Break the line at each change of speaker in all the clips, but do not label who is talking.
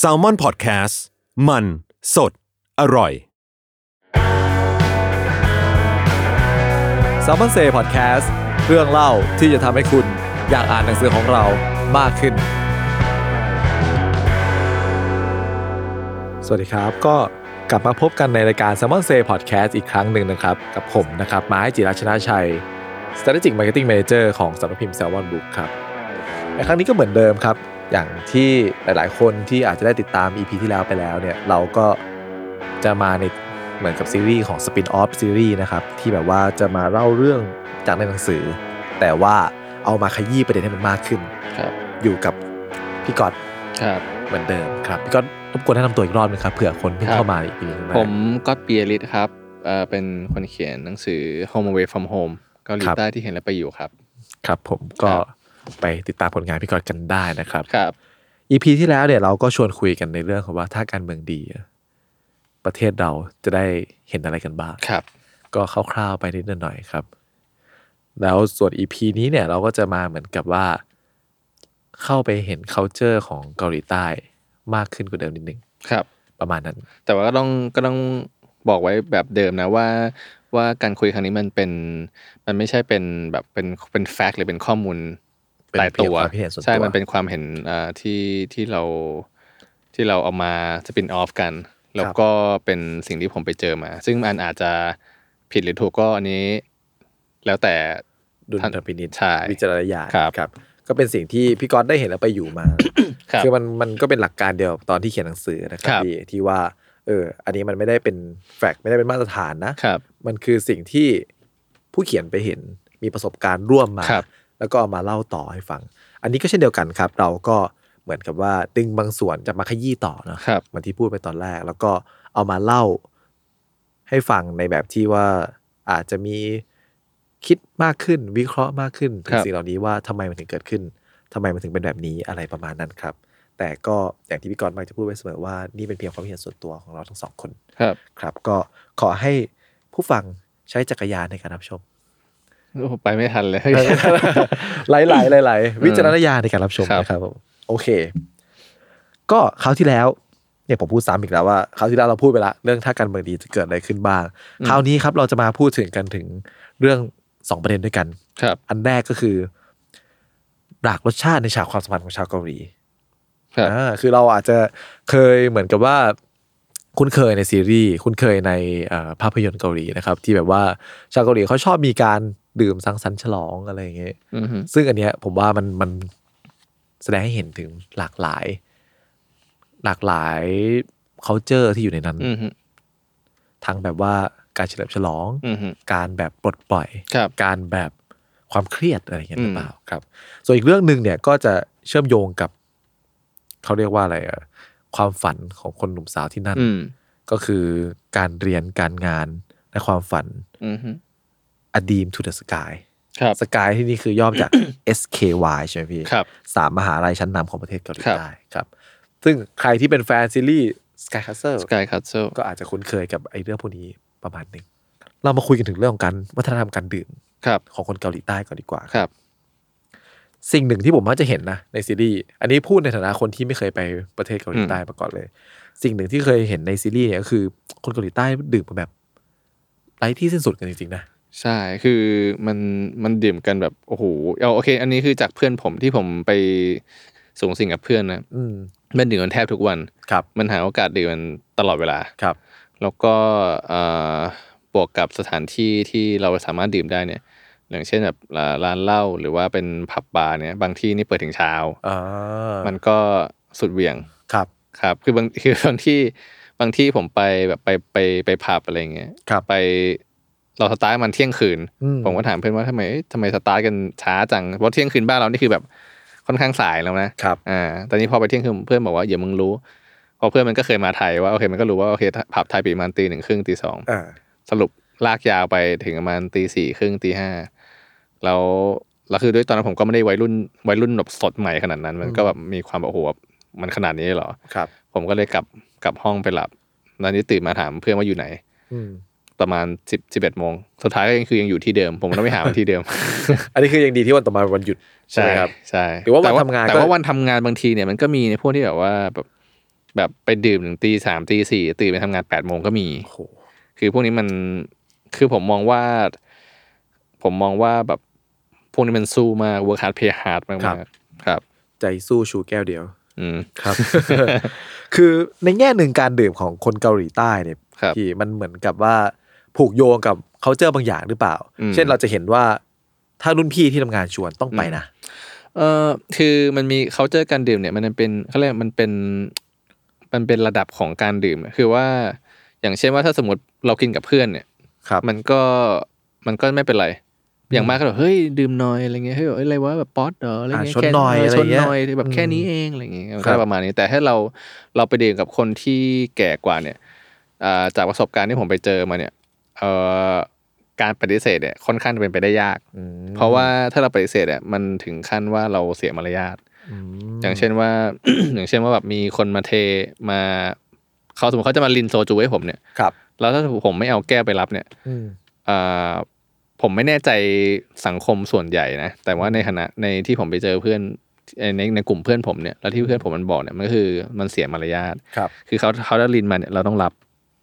s a l ม o n PODCAST มันสดอร่อย
s ซ m ม n นเซ่พอดแคสต์เรื่องเล่าที่จะทำให้คุณอยากอ่านหนังสือของเรามากขึ้น สวัสดีครับ ก็กลับมาพบกันในรายการ s ซ m ม n นเซ่พอดแคสต์อีกครั้งหนึ่งนะครับ กับผมนะครับไม้จิราชนะชัย Strategic Marketing Manager ของสำนักพิมพ์ Salmon Book ครับ ในครั้งนี้ก็เหมือนเดิมครับ อย่างที่หลาย ๆ คนที่อาจจะได้ติดตาม EP ที่แล้วไปแล้วเนี่ย เราก็จะมาในเหมือนกับซีรีส์ของ Spin Off ซีรีส์นะครับ ที่แบบว่าจะมาเล่าเรื่องจากในหนังสือ แต่ว่าเอามาขยี้ประเด็นให้มันมากขึ้น
ครับ
อยู่กับพี่ก๊อต
ครับ
เหมือนเดิมครับ พี่ก๊อตรบกวนแนะนำตัวอีกรอบนึงครับเผื่อคนเพิ่ง
ครับ
เข้ามาอีกทีหนึงนะ
ผมก็เปียริตครับเอ่อเป็นคนเขียนหนังสือ Home Away from Home เกาหลี
ครับ
ใต้ที่เห็นแล้วไปอยู่ครับ
ครับ ผมก็
ครับ
ไปติดตามผลงานพี่ก๊อตกันได้นะครับ
ครับ
อีพีที่แล้วเนี่ยเราก็ชวนคุยกันในเรื่องของว่าถ้าการเมืองดีอะประเทศเราจะได้เห็นอะไรกันบ้าง
ครับ
ก็คร่าวๆไปนิดหน่อยครับ แล้วส่วนอีพีนี้เนี่ยเราก็จะมาเหมือนกับว่า เข้าไปเห็น culture ของเกาหลีใต้มากขึ้นกว่าเดิมนิดนึง
ครับ
ประมาณนั้น
แต่ว่าก็ต้องก็ต้องบอกไว้แบบเดิมนะว่า ว่าการคุยครั้งนี้มันเป็น มันไม่ใช่เป็นแบบเป็นเป็นแฟกต์หรือเป็นข้อมูล
เป็น
ตายตัว
ความคิดเห็นส่วนตัว
ใช่ มันเป็นความเห็นเอ่อที่ที่เราที่เราเอามาสปินออฟกัน แล้วก็เป็นสิ่งที่ผมไปเจอมา ซึ่งมันอาจจะผิดหรือถูกก็อันนี้ แล้วแต่
ดุล
ท่าน
พินิจ
ใช่
วิจารณญาณ
ครับ
ครับ ก็เป็นสิ่งที่พี่ก๊อตได้เห็นแล้วไปอยู่มา
ครับ
คือมันมันก็เป็นหลักการเดียวกับตอนที่เขียนหนังสือนะครั
ครับ บ
ที่ที่ว่าเอออันนี้มันไม่ได้เป็นแฟกต์ไม่ได้เป็นมาตรฐานนะ
ครับ
มันคือสิ่งที่ผู้เขียนไปเห็นมีประสบการณ์ร่วมมา
ครับ
แล้วก็เอามาเล่าต่อให้ฟัง อันนี้ก็เช่นเดียวกันครับ เราก็เหมือนกับว่าดึงบางส่วนจะมาขยี้ต่อเนอะ
ครับ
เหมือนที่พูดไปตอนแรก แล้วก็เอามาเล่าให้ฟังในแบบที่ว่าอาจจะมีคิดมากขึ้น วิเคราะห์มากขึ้นถึ
ค
ง
รับ
สิ่งเหล่านี้ว่าทำไมมันถึงเกิดขึ้นทำไมมันถึงเป็นแบบนี้อะไรประมาณนั้นครับ แต่ก็อย่างที่พี่กรณ์มักจะพูดไว้เสมอว่านี่เป็นเพียงความเห็นส่วนตัวของเราทั้งสองคน
ครับ
ครับก็ขอให้ผู้ฟังใช้จักรยานในการรับชม
โอ้โหไปไม่ทันเลย
หลายหลายหลายหลายๆวิจารณญาณในการรับชม
ครับ
นะครับผมโอเค ก็คราวที่แล้วเนี่ยผมพูดซ้ำอีกแล้วว่าคราวที่แล้วเราพูดไปละเรื่องถ้าการเมืองดีจะเกิดอะไรขึ้นบ้าง คราวนี้ครับเราจะมาพูดถึงกันถึงเรื่องสองประเด็นด้วยกัน
ครับ
อันแรกก็คือหลากรสชาติในฉากความสัมพันธ์ของชาวเกาหลี
ครับ
อ่าคือเราอาจจะเคยเหมือนกับว่า คุ้นเคยในซีรีส์คุ้นเคยในเอ่อภาพยนตร์เกาหลีนะครับ ที่แบบว่าชาวเกาหลีเขาชอบมีการดื่มสังสรรค์ฉลองอะไรอย่างเงี้ย
อือฮึ
ซึ่งอันเนี้ยผมว่ามันมันแสดงให้เห็นถึงหลากหลาย หลากหลาย culture ที่อยู่ในนั้น
อืมฮึ
ทั้งแบบว่าการเฉลิมฉลอง
อืมฮึ
การแบบปลดปล่อย
ครับ
การแบบความเครียดอะไรอย่างเงี้ย
อื
ห
ม
รือเปล่าครับ ส่วนอีกเรื่องหนึ่งเนี่ยก็จะเชื่อมโยงกับ เขาเรียกว่าอะไรอะความฝันของคนหนุ่มสาวที่นั่น
อืม
ก็คือการเรียนการงานและความฝัน
อืมฮึ
อดีมทูเดอะสกาย
ครับ
สกายที่นี่คือย่อมา จาก SKY ใช่ไหมพี่
ครับ
สามมหาลัยชั้นนำของประเทศเกาหลี
ครับ
ใต้ครับ ซึ่งใครที่เป็นแฟนซีรีส์ Sky Castle
สกายคัตเซล
ก็อาจจะคุ้นเคยกับไอ้เรื่องพวกนี้ประมาณหนึ่ง เรามาคุยกันถึงเรื่องของการวัฒนธรรมการดื่ม
ครับ
ของคนเกาหลีใต้ก่อนดีกว่า
ครับ
สิ่งหนึ่งที่ผมมักจะเห็นนะในซีรีส์อันนี้พูดในฐานะคนที่ไม่เคยไปประเทศเกาหลี
อืม
ใต้มาก่อนเลย สิ่งหนึ่งที่เคยเห็นในซีรีส์เนี่ยก็คือคนเกาหลีใต้ดื่มกันแบบไร้ที่สิ้นสุดกันจริงๆนะ
ใช่คือมันมันดื่มกันแบบโอ้โหเอาโอเค อันนี้คือจากเพื่อนผมที่ผมไปสูงสิงกับเพื่อนนะ
อืม
มันดื่มกันแทบทุกวัน
ครับ
มันหาโอกาสดีมันตลอดเวลา
ครับ
แล้วก็เอ่อบวกกับสถานที่ที่เราสามารถดื่มได้เนี่ย อย่างเช่นแบบร้านร้านเหล้าหรือว่าเป็นผับบาร์เนี่ย บางที่นี่เปิดถึงเช้า
อ่า
มันก็สุดเหวี่ยง
ครับ
ครับ คือบาง คือบางที่บางที่ผมไปแบบไปไปไปผับอะไรเงี้ย
ครับ
ไปเราสตาร์ทมันเที่ยงคืน
อืม
ผมก็ถามเพื่อนว่าทำไมเอ๊ะทำไมสตาร์ทกันช้าจังเพราะเที่ยงคืนบ้านเรานี่คือแบบค่อนข้างสายแล้วนะ
ครับ
อ่าตอนนี้พอไปเที่ยงคืนเพื่อนบอกว่าอย่ามึงรู้เพอเพื่อนมันก็เคยมาไทยว่าโอเคมันก็รู้ว่าโอเคผับไทยปีประมาณตีหนึ่งครึ่งตีสอง
อ่า
สรุปลากยาวไปถึงประมาณตีสี่ครึ่งตีห้าแล้วแล้วคือด้วยตอนนั้นผมก็ไม่ได้วัยรุ่นวัยรุ่นแบบสดใหม่ขนาดนั้น มันก็แบบมีความแบบโอ้โหแบบมันขนาดนี้เหรอ
ครับ
ผมก็เลยกลับกลับห้องไปหลับตอนนี้ตื่นมาถามเพื่อนว่าอยู่ไหน
อืม
ประมาณสิบสิบเอ็ดโมงสุดท้ายก็ยังคือยังอยู่ที่เดิม ผมต้องไปหามันที่เดิม
อันนี้คือยังดีที่วันต่อมาวันหยุดใช่ไหมครับ
ใช่
หรือว่าวัน
แต่
ทำงานก็
แต่ว่าวันทำงานบางทีเนี่ยมันก็มีในพวกที่แบบว่าแบบแบบไปดื่มถึงตีสามตีสี่ตื่นไปทำงานแปดโมงก็มี
โอ้โห
คือพวกนี้มันคือผมมองว่า ผมมองว่าแบบพวกนี้มันสู้มาก work hard play hard มากๆครับ
ใจสู้ชูแก้วเดียว
อืม
ครับ คือในแง่หนึ่งการดื่มของคนเกาหลีใต้เนี่ย
ครับ
ที่มันเหมือนกับว่าผูกโยงกับเขาเจอบางอย่างหรือเปล่า
อืม
เช่นเราจะเห็นว่าถ้ารุ่นพี่ที่ทำงานชวนต้องไปนะ
เออคือมันมีเคาเจอการดื่มเนี่ย มันเป็นเขาเรียกมันเป็นมันเป็นระดับของการดื่มอะคือว่า อย่างเช่นว่าถ้าสมมติเรากินกับเพื่อนเนี่ย
ครับ
มันก็มันก็ไม่เป็นไร อย่างมากก็แบบเฮ้ยดื่มหน่อยอะไรเงี้ยเฮ้ยเอ้ยอะไรวะแบบป๊อตเหรออะไรเงี้ย
อ่ะชน
แค่
หน่อยอะไร
ชน
เงี้ย
หน่อยแบบแค่
อืม
นี้เองอะไรเงี้ยมัน
ครั
ก็
บ
ประมาณนี้แต่ให้เราเราไปดื่มกับคนที่แก่กว่าเนี่ยอ่าจากประสบการณ์ที่ผมไปเจอมาเนี่ยเอ่อการปฏิเสธเนี่ยค่อนข้างจะเป็นไปได้ยาก
อืม
เพราะว่าถ้าเราปฏิเสธเนี่ยมันถึงขั้นว่าเราเสียมารยาท
อืม
อย่างเช่นว่า อย่างเช่นว่าแบบมีคนมาเทมาเขาสมมติเขาจะมาลินโซจูให้ผมเนี่ย
ครับ
แล้วถ้าผมไม่เอาแก้วไปรับเนี่ย
อืม
อ่าผมไม่แน่ใจสังคมส่วนใหญ่นะ แต่ว่าในคณะในที่ผมไปเจอเพื่อนในในในกลุ่มเพื่อนผมเนี่ยแล้วที่เพื่อนผมมันบอกเนี่ยมันก็คือมันเสียมารยาท
ครับ
คือเขาเขาได้ลินมาเนี่ยเราต้องรับ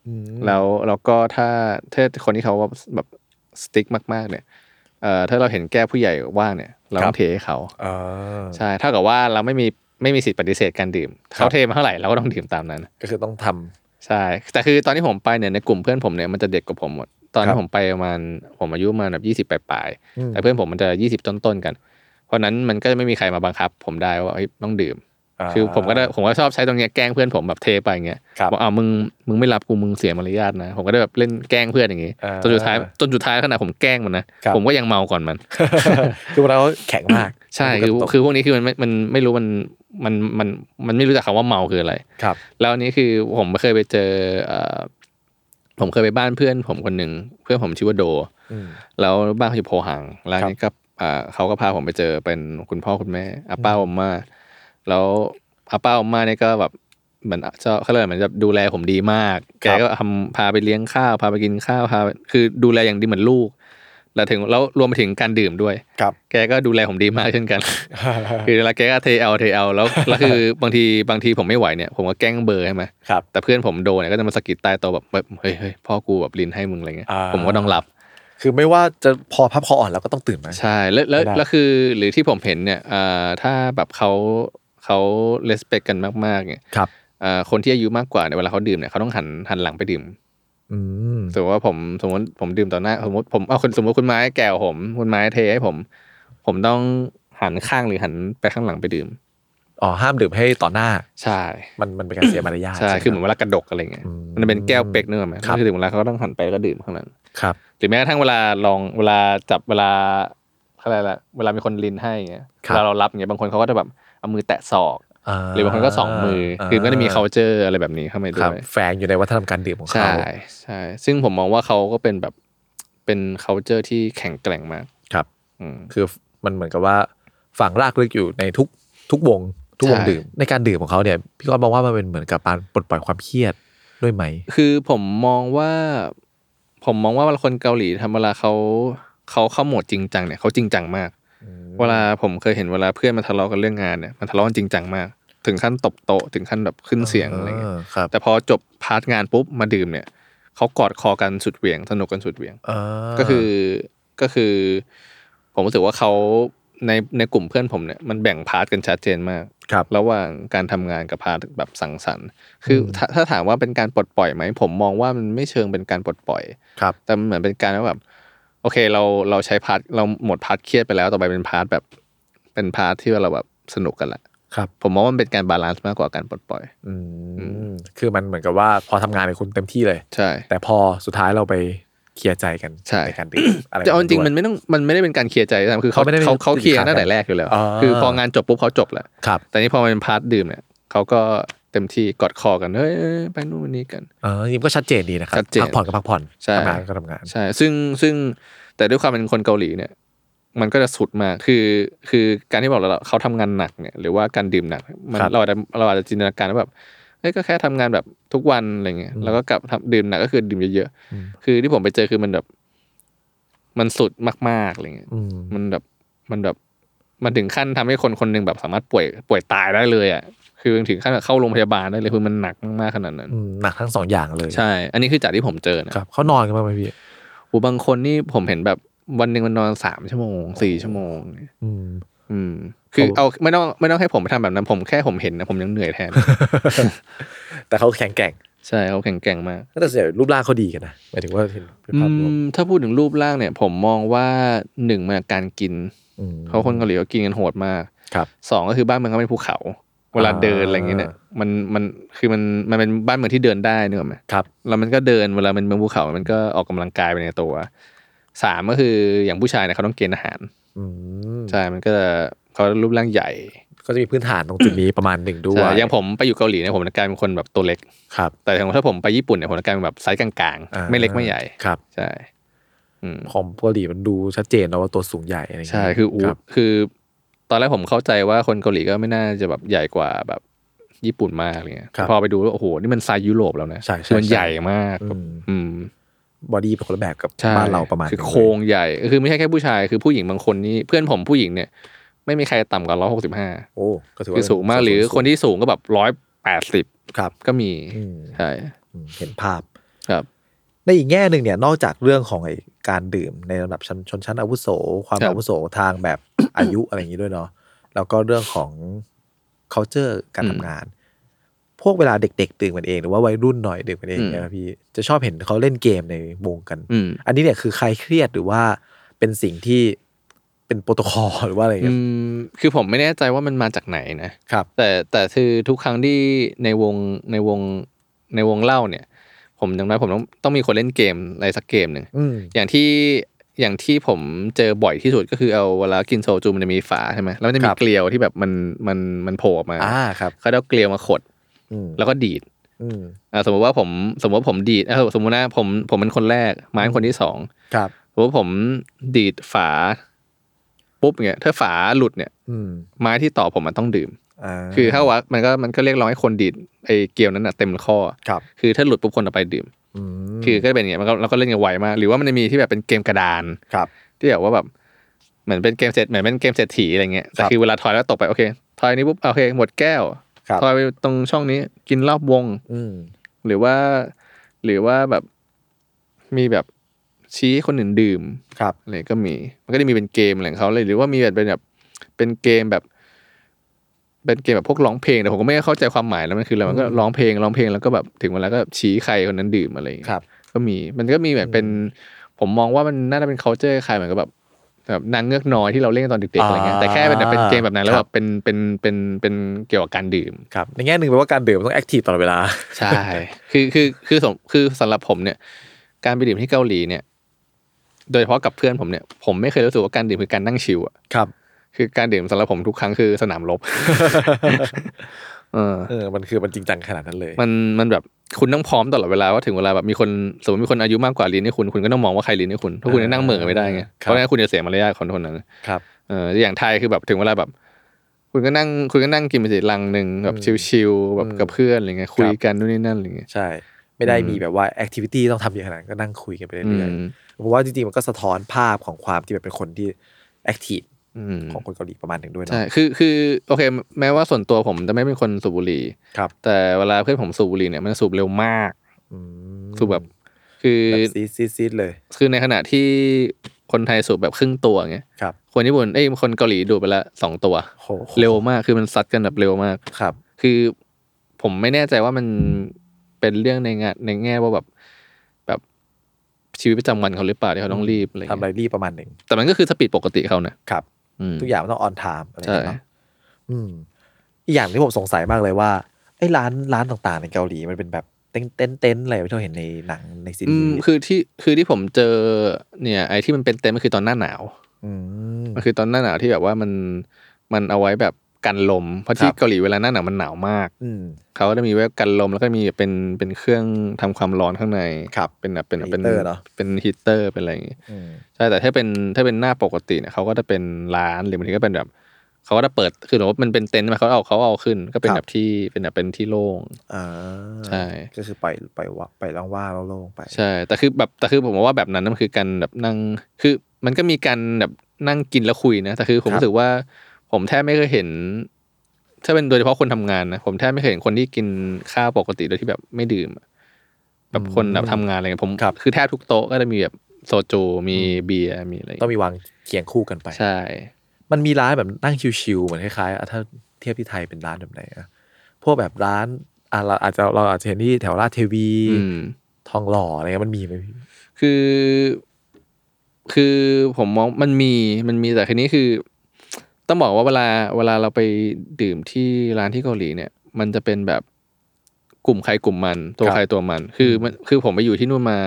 อืม
แล้วแล้วก็ถ้าถ้าคนที่เขาว่าแบบสติ๊กมาก ๆ เนี่ยเอ่อถ้าเราเห็นแก้วผู้ใหญ่ว่างเนี่ย เรา
ค
ต้อ
รั
ง
บ
เทให้เขา
อ่า
ใช่เท่ากับว่าเราไม่มีไม่มีสิทธิ์ปฏิเสธการดื่ม
ครั
เขา
บ
เทมาเท่าไหร่เราก็ต้องดื่มตามนั้น
ก็คือต้องทำ
ใช่ แต่คือตอนที่ผมไปเนี่ยในกลุ่มเพื่อนผมเนี่ยมันจะเด็กกว่าผมหมด ตอน
ครั
ที่
บ
ผมไปประมาณผมอายุประมาณแบบยี่สิบ20 ปลาย
อืม
ๆแต่เพื่อนผมมันจะยี่สิบต้นๆกัน เพราะนั้นมันก็จะไม่มีใครมาบังคับ ผมได้ว่าเอ้ยต้องดื่ม คือผมก็ได้ผมก็ชอบใช้ตรงเนี้ยแกล้งเพื่อนผมแบบเทไปอย่างเงี้ย
ครับ
บอกอ้าวมึงมึงไม่รับกูมึงเสียมารยาทนะ ผมก็ได้แบบเล่นแกล้งเพื่อนอย่างงี้
อ่า
จนสุดท้ายจนสุดท้ายขนาดผมแกล้งมันนะครับ ผมก็ยังเมาก่อนมัน
คือเราแข็งมาก
ใช่คือ
ตก
คือพวกนี้คือมันไม่มันไม่รู้มันมันมันมันไม่รู้จักคำว่าเมาคืออะไร
ครับ
แล้วอันนี้คือผมเคยไปเจอเอ่อผมเคยไปบ้านเพื่อนผมคนหนึ่งเพื่อนผมชื่อว่าโด
อืม
แล้วบ้านเขาอยู่โพหังแล้วอันนี้ก็อ่าเขาก็พาผมไปเจอเป็นคุณพ่อคุณแม่อาป้าอมมาแล้วอาป้าอมมาเนี่ยก็แบบเหมือนเจ้าเขาเรียกอะไรเหมือนจะดูแลผมดีมาก แกก็ทำพาไปเลี้ยงข้าว พาไปกินข้าวพาคือดูแลอย่างดีเหมือนลูก แล้วถึงแล้วรวมไปถึงการดื่มด้วย
ครับ
แกก็ดูแลผมดีมากเช่นกัน คือเวลาแกก็เทเอาเทเอาแล้วแล้วคือบางทีบางทีผมไม่ไหวเนี่ยผมก็แกล้งเบลอร์ใช่ไหม
ครับ
แต่เพื่อนผมโดนเนี่ยก็จะมาสะกิดใต้โต๊ะแบบแบบเฮ้ยเฮ้ยพ่อกูแบบลินให้มึงอะไรเงี้ย
อ่า
ผมก็ต้องรับ
คือไม่ว่าจะพอพับคออ่อนเราก็ต้องตื่นมา
ใช่แล้วแล้ว
ไม่ได้
แล้วคือหรือที่ผมเห็นเนี่ยอ่าถ้าแบบเขาเขาเลสเปกกันมากๆเนี่ย
ครับ
อ่าคนที่อายุมากกว่าเนี่ยเวลาเขาดื่มเนี่ยเขาต้องหันหันหลังไปดื่ม
อืม
สมมติว่าผมสมมติผมดื่มต่อหน้าสมมติผมเอาคุณสมมติคุณไม้แก่วผมคุณไม้เทให้ผม ผมต้องหันข้างหรือหันไปข้างหลังไปดื่ม
อ๋อห้ามดื่มให้ต่อหน้า
ใช่
มันมันเป็นการเสียมารยาท
ใช่
ไห
คือเหมือนเวลากระดกอะไรเงี้ย
อืม
มันเป็นแก้วเป๊กเนื้อไหม
ครับ
คือถึงเวลาเขาก็ต้องหันไปแล้วก็ดื่มข้างนั้น
ครับ
หรือแม้กระทั่งเวลาลองเวลาจับเวลาอะไรยกละเวลามีคนลินให้อย่างเงี้ย
ครับ
เวลาเรารับอย่างเงี้ยบางคนเขาก็จะแบบเอามือแตะศอก หรือบางคนก็สองมืออคือมันก็จะมี culture อะไรแบบนี้เข้ามาด้
ครับ
วย
แฝงอยู่ในวัฒนธรรมการดื่มของเขา
ใช่ใช่ ซึ่งผมมองว่าเขาก็เป็นแบบเป็น culture ที่แข็งแกร่งมาก
ครับ
อืม
คือมันเหมือนกับว่าฝังรากลึกอยู่ในทุกทุกวง ทุกวง
ใช่
ดื่ม ในการดื่มของเขาเนี่ย พี่ก้อนมองว่ามันเป็นเหมือนกับการปลดปล่อยความเครียดด้วยไหม
คือผมมองว่า ผมมองว่าเวลาคนเกาหลีทำเวลาเขาเขาเข้าโหมดจริงจังเนี่ยเขาจริงจังมาก เวลาผมเคยเห็นเวลาเพื่อนมาทะเลาะกันเรื่องงานเนี่ยมันทะเลาะกันจริงจังมาก ถึงขั้นตบโต๊ะถึงขั้นแบบขึ้นเสียงอะไรเงี้ย
เออครับ
แต่พอจบพาร์ทงานปุ๊บมาดื่มเนี่ยเขากอดคอกันสุดเหวี่ยงสนุกกันสุดเหวี่ยง
เอ
ก็คือก็คือ ผมรู้สึกว่าเขา ในในกลุ่มเพื่อนผมเนี่ยมันแบ่งพาร์ทกันชัดเจนมาก
ครับ
ระหว่างการทำงานกับพาร์ทแบบสังสรรค์ คือถ้าถ้าถามว่าเป็นการปลดปล่อยไหม ผมมองว่ามันไม่เชิงเป็นการปลดปล่อย
ครับ
แต่มันเหมือนเป็นการว่าแบบโอเคเราเราใช้พาร์ทเราหมดพาร์ทเครียดไปแล้วต่อไปเป็นพาร์ทแบบเป็นพาร์ทที่ว่าเราแบบสนุกกันละ
ครับ
ผมมองว่ามันเป็นการบาลานซ์มากกว่าการปลดปล่อย
อืมคือมันเหมือนกับว่าพอทำงานในยคุณเต็มที่เลย
ใช่
แต่พอสุดท้ายเราไปเคลียร์ใจกัน
ใช่
นการดื่มอะไร
แต่เอาจริ
ด้
งๆ
วย
มันไม่ต้องมันไม่ได้เป็นการเคลียร์ใจนะคือเขา
เขาไม่ได้
เขาเขา
ติด
เคลียร์
ขัด
ตั้งแต่แรกอยู่แล้ว
อ่า
คือพองานจบปุ๊บเขาจบแล้ว
ครับ
แต่นี่พอมันเป็นพาร์ทดื่มเนี่ยเขาก็เต็มที่กอดคอกันเฮ้ยเอ้ยไปนู่นไปนี่กัน
เออจริงๆก็ชัดเจนดีนะครับ
ชัดเจน
พัผ่อนก็พักผ่อน
ใช่
ทำงานก็ทำงาน
ใช่ ซึ่งซึ่งแต่ด้วยความเป็นคนเกาหลีเนี่ย มันก็จะสุดมาก คือคือการที่บอกเราเขาทำงานหนักเนี่ยหรือว่าการดื่มหนักเนี่ยมัน
ครับ
เราอาจจะเราอาจจะจินตนาการว่าแบบเอ้ยก็แค่ทำงานแบบทุกวันอะไรเงี้ยแล้วก็กลับทำดื่มหนักก็คือดื่มเยอะๆคือที่ผมไปเจอคือมันแบบ มันสุดมากๆอะไรเงี้ย
อืม
มันแบบมันแบบมันถึงขั้นทำให้คนคนหนึ่งแบบสามารถป่วยป่วยตายได้เลยอ่ะคือถึงขั้นแบบเข้าโรงพยาบาลได้เลยคือมันหนักมากๆขนาดนั้น
อืมหนักทั้งสองอย่างเลย
ใช่ อันนี้คือจากที่ผมเจอนะครับ
เขานอนกันบ้างไหมพี่
โอ้บางคนนี่ผมเห็นแบบวันหนึ่งมันนอนสามชั่วโมงสี่ชั่วโมง
อืม
อืม คือ
ผม
เอาไม่ต้องไม่ต้องให้ผมไปทำแบบนั้น ผมแค่ผมเห็นนะผมยังเหนื่อยแทน
แต่เขาแข็งแกร่ง
ใช่เขาแข็งแกร่งมาก
แต่ส่วนใหญ่รูปร่างเขาดีกันนะหมายถึงว่าเห็นเป็นภาพรวม
อืมถ้าพูดถึงรูปร่างเนี่ย ผมมองว่าหนึ่งมาจากการกิน
อืม
เขาะคนเกาหลีเขากินกันโหดมาก
ครับ
สองก็คือบ้านเมืองก็เป็นภูเขา เวลา
อ่า
เดินอะไรอย่างเงี้ยเนี่ยมันมันคือมันมันเป็นบ้านเมืองที่เดินได้เนกอะไหม
ครับ
แล้วมันก็เดินเวลามันเมืองภูเขา มันก็ออกกำลังกายไปในตัวสามก็คืออย่างผู้ชายเนี่ยเขาต้องเกณฑ์อาหาร
อืม
ใช่มันก็จะเขารูปร่างใหญ่
ก็จะมีพื้นฐานตรงจุดนี้ประมาณหนึ่งด้ว
ใช่
ย
อย่างผมไปอยู่เกาหลีเนี่ยผมจะกลายเป็นคนแบบตัวเล็ก
ครับ
แต่ถ้าผมไปญี่ปุ่นเนี่ยผมจะกลายเป็นแบบไซส์กลาง
อ่า
ๆ ไม่เล็กไม่ใหญ่
ครับ
ใช่อืม
ของเกาหลีมันดูชัดเจนนะว่าตัวสูงใหญ่อะไรอย่างเงี้
ใช่
ย
คืออู
รับ
คือ ตอนแรกผมเข้าใจว่าคนเกาหลีก็ไม่น่าจะแบบใหญ่กว่าแบบญี่ปุ่นมากอะไรเงี้ย
ครับ
พอไปดูแล้วโอ้โหนี่มันไซส์ยุโรปแล้วนะ
ใช่ใช่
มัน
ใช่
ใหญ่มาก
อืม
อืม
บอดี้เป็นคนละแบบกับ
ใช่
บ้านเราประมาณ
คือ
หนึ่
โครงใหญ่คือไม่ใช่แค่ผู้ชายคือผู้หญิงบางคนนี่เพื่อนผมผู้หญิงเนี่ย ไม่มีใครต่ำกว่าร้อยหกสิบห้า
โอ้ก็ถือว่า
คือสูงมากหรือคนที่สูงก็แบบร้อยแปดสิบ
ครับ
ก็มี
อืม
ใช่
อืมเห็นภาพ
ครับ
ในอีกแง่หนึ่งเนี่ยนอกจากเรื่องของไอการดื่มในระดับชั้นชนชั้นอาวุโส ความ
ครับ
อาวุโสทางแบบ อายุอะไรอย่างนี้ด้วยเนาะแล้วก็เรื่องของ culture การ
อืม
ทำงาน พวกเวลาเด็ก ๆ ดื่มกันเองหรือว่าวัยรุ่นหน่อยดื่มกันเองเนี่ยนะพี่จะชอบเห็นเขาเล่นเกมในวงกัน
อืม
อันนี้เนี่ยคือใครเครียดหรือว่าเป็นสิ่งที่เป็นโปรโตคอล หรือว่าอะไร
อื
เงี้ย
มคือผมไม่แน่ใจว่ามันมาจากไหนนะ
ครับ
แต่แต่คือทุกครั้งที่ในวงในวงในวงเล่าเนี่ย ผมจำได้ผมต้องต้องมีคนเล่นเกมอะไรสักเกมหนึ่ง
อืม
อย่างที่อย่างที่ผมเจอบ่อยที่สุดก็คือเอาเวลากินโซจูมันจะมีฝาใช่ไหมแล้วมันจะมีเกลียวที่แบบมันมันมันโผล่ออกมา
อ่าครับ
เขาจะเอาเกลียวมาขด
อืม
แล้วก็ดีด
อืม
อ่าสมมติว่าผมสมมติว่าผมดีดอ่ะสมมตินะผมผมเป็นคนแรกไม้เป็นคนที่สอง
ครับ
สมมติว่าผมดีดฝาปุ๊บเงี้ยถ้าฝาหลุดเนี่ย
อืม
ไม้ที่ต่อผมมันต้องดื่ม
อ่า
คือถ้าว่ามันก็มันก็เรียกร้องให้คนดีดไอ้เกลียวนั้นน่ะเต็มข้อ
ครับ
คือถ้าหลุดปุ๊บคนต่อไปดื่ม
อืม
คือก็เป็นอย่างเงี้ยมันก็เราก็เล่นกันไวมาก หรือว่ามันจะมีที่แบบเป็นเกมกระดาน
ครับ
ที่แบบว่าแบบเหมือนเป็นเกมเศรษเหมือนเป็นเกมเศรษฐีอะไรเงี้ยแต่
ครับ
คือเวลาถอยแล้วตกไปโอเคถอยนี้ปุ๊บโอเค หมดแก้ว
ครับ
ถอยไปตรงช่องนี้กินรอบวง
อืม
หรือว่า หรือว่าแบบมีแบบชี้ให้คนอื่นดื่ม
ครับ
อะไรก็มี มันก็จะมีเป็นเกมอะไรของเขาเลย หรือว่ามีแบบเป็นแบบ เป็นเกมแบบ เป็นเกมแบบพวกร้องเพลง แต่ผมก็ไม่เข้าใจความหมายแล้วมันคืออะไร มันก็ร้องเพลงร้องเพลงแล้วก็แบบถึงเวลาก็ชี้ใครคนนั้นดื่มอะไรอย่างเงี้ย
ครับ
ก็มี มันก็มีแบบเป็น ผมมองว่ามันน่าจะเป็น culture คล้ายเหมือนกับแบบแบบนางเงือกน้อยที่เราเล่นตอนเด็กๆอะไรเงี้ย
อ่า
แต่แค่เป็นแบบเป็นเกมแบบนั้นแล้ว
ครั
แบบ บเป็น เป็น เป็น เป็นเกี่ยวกับการดื่ม
ครับในแง่หนึ่งแปลว่าการดื่มต้องแอคทีฟตลอดเวลา
ใช่ คือ คือ คือสมคือสำหรับผมเนี่ย การไปดื่มที่เกาหลีเนี่ย โดยเฉพาะกับเพื่อนผมเนี่ย ผมไม่เคยรู้สึกว่าการดื่มคือการนั่งชิวอะ
ครับ
คือการดื่มสำหรับผมทุกครั้งคือสนามรบ เออ
เออ มันคือมันจริงจังขนาดนั้นเลย
มันมันแบบคุณต้องพร้อมตลอดเวลาว่าถึงเวลาแบบมีคนสมมติมีคนอายุมากกว่าเรียนให้คุณคุณก็ต้องมองว่าใครเรียนให้คุณถ้าคุณจะนั่งเหม่อไม่ได้ไง
ครับ
เพราะงั้นคุณจะเสียมารยาทของคนนั้น
ครับ
เอออย่างไทยคือแบบถึงเวลาแบบ คุณก็นั่งคุณก็นั่งกินไปสิลังหนึ่งแบบชิลๆแบบกับเพื่อนอะไรเงี้ยคุยกันนู่นนี่นั่นอะไรเงี้ย
ใช่ ไม่ได้
อืม
มีแบบว่าแอคทิวิตี้ต้องทำเยอะขนาดนั้นก็นั่งคุยกันไป
อื
เรื่อย
ม
ๆผมว่าจริงๆ มันก็สะท้อนภาพของความที่แบบเป็นคนที่แอคทีฟ
อืม
ของคนเกาหลีประมาณหนึ่งด้วยเนาะ
ใช่คือคือโอเค แม้ว่าส่วนตัวผมจะไม่เป็นคนสูบบุหรี่
ครับ
แต่เวลาเพื่อนผมสูบบุหรี่เนี่ยมันสูบเร็วมาก
อืม
สูบแบบ คือ
แบบซีดซีดซีดเลย
คือในขณะที่ คนไทยสูบแบบครึ่งตัวเงี้ย
ครับ
คนญี่ปุ่นเอ้ยคนเกาหลีดูดไปละสองตัว
โห
เร็วมากคือมันซัดกันแบบเร็วมาก
ครับ
คือผมไม่แน่ใจว่ามันเป็นเรื่องในงานในแง่ว่าแบบแบบชีวิตประจำวันเขาหรือเปล่าที่เขาต้องรีบอะไร
ทำอะไร
เงี้ย
รีบประมาณหนึ่ง
แต่มันก็คือสปีดปกติเขานะครับ อืม
ทุกอย่างมันต้องออนไทม์อะไรอย่างเงี้ย
ใช่
เนาะอืมอีกอย่างที่ผมสงสัยมากเลยว่าไอ้ร้านร้านต่างๆในเกาหลีมันเป็นแบบเต้นเต้นเต้นอะไรที่เราเห็นในหนังในซี
อื
รี
ม
ส์
คือที่คือที่ผมเจอเนี่ย ไอ้ที่มันเป็นเต็นท์มันคือตอนหน้าหนาว
อืม
มันคือตอนหน้าหนาวที่แบบว่ามันมันเอาไว้แบบกันลม เพราะที่
ครับ
เกาหลีเวลาหน้าหนาวมันหนาวมาก
อืม
เขาก็จะมีไว้กันลมแล้วก็มีเป็นเป็นเครื่องทำความร้อนข้างใน
ครับ
เป็นแบบเป็นเป็น
ฮีตเตอร์เนอะ
เป็นฮีตเตอร์เป็นอะไรอย่างงี้
อืม
ใช่แต่ถ้าเป็นถ้าเป็นหน้าปกติเนี่ยเขาก็จะเป็นร้านหรือบางทีก็เป็นแบบเขาก็จะเปิดคือหรือว่ามันเป็นเต็นท์มาเขาเอาเขาเอาขึ้น ก็เป็น
ครับ
แบบที่เป็นแบบเป็นที่โล่ง
อ่า
ใช่
ก็คือปล่อยปล่อยว่างปล่อยว่างๆโล่งๆไป
ใช่ แต่คือแบบแต่คือผมว่าแบบนั้นนะมันคือการแบบนั่ง คือมันก็มีการแบบนั่งกินแล้วคุยนะแต่คือผม
ครับ
รู้สึกว่า ผมแทบไม่เคยเห็น ถ้าเป็นโดยเฉพาะคนทำงานนะผมแทบไม่เคยเห็นคนที่กินข้าวปกติโดยที่แบบไม่ดื่มอะแบบคนแบบทำงานอะไรเงี้ยผมคือแทบทุกโต๊ะก็จะมีแบบโซจูมีเบียร์มีอะไร
ต้องมีวางเคียงคู่กันไป
ใช่
มันมีร้านแบบนั่งชิวๆเหมือนคล้ายๆอ่ะถ้าเทียบที่ไทยเป็นร้านแบบไหนอะพวกแบบร้านอ่ะเราอาจจะเราอาจจะเห็นที่แถวราชเทวี
อืม
ทองหล่ออะไรเงี้ยมันมีไหมพี่
คือคือผมมองมันมีมันมีแต่คืนนี้คือ ต้องบอกว่าเวลาเวลาเราไปดื่มที่ร้านที่เกาหลีเนี่ย มันจะเป็นแบบกลุ่มใครกลุ่มมันตัวใครตัวมัน คือมันคือผมไปอยู่ที่นู่นมา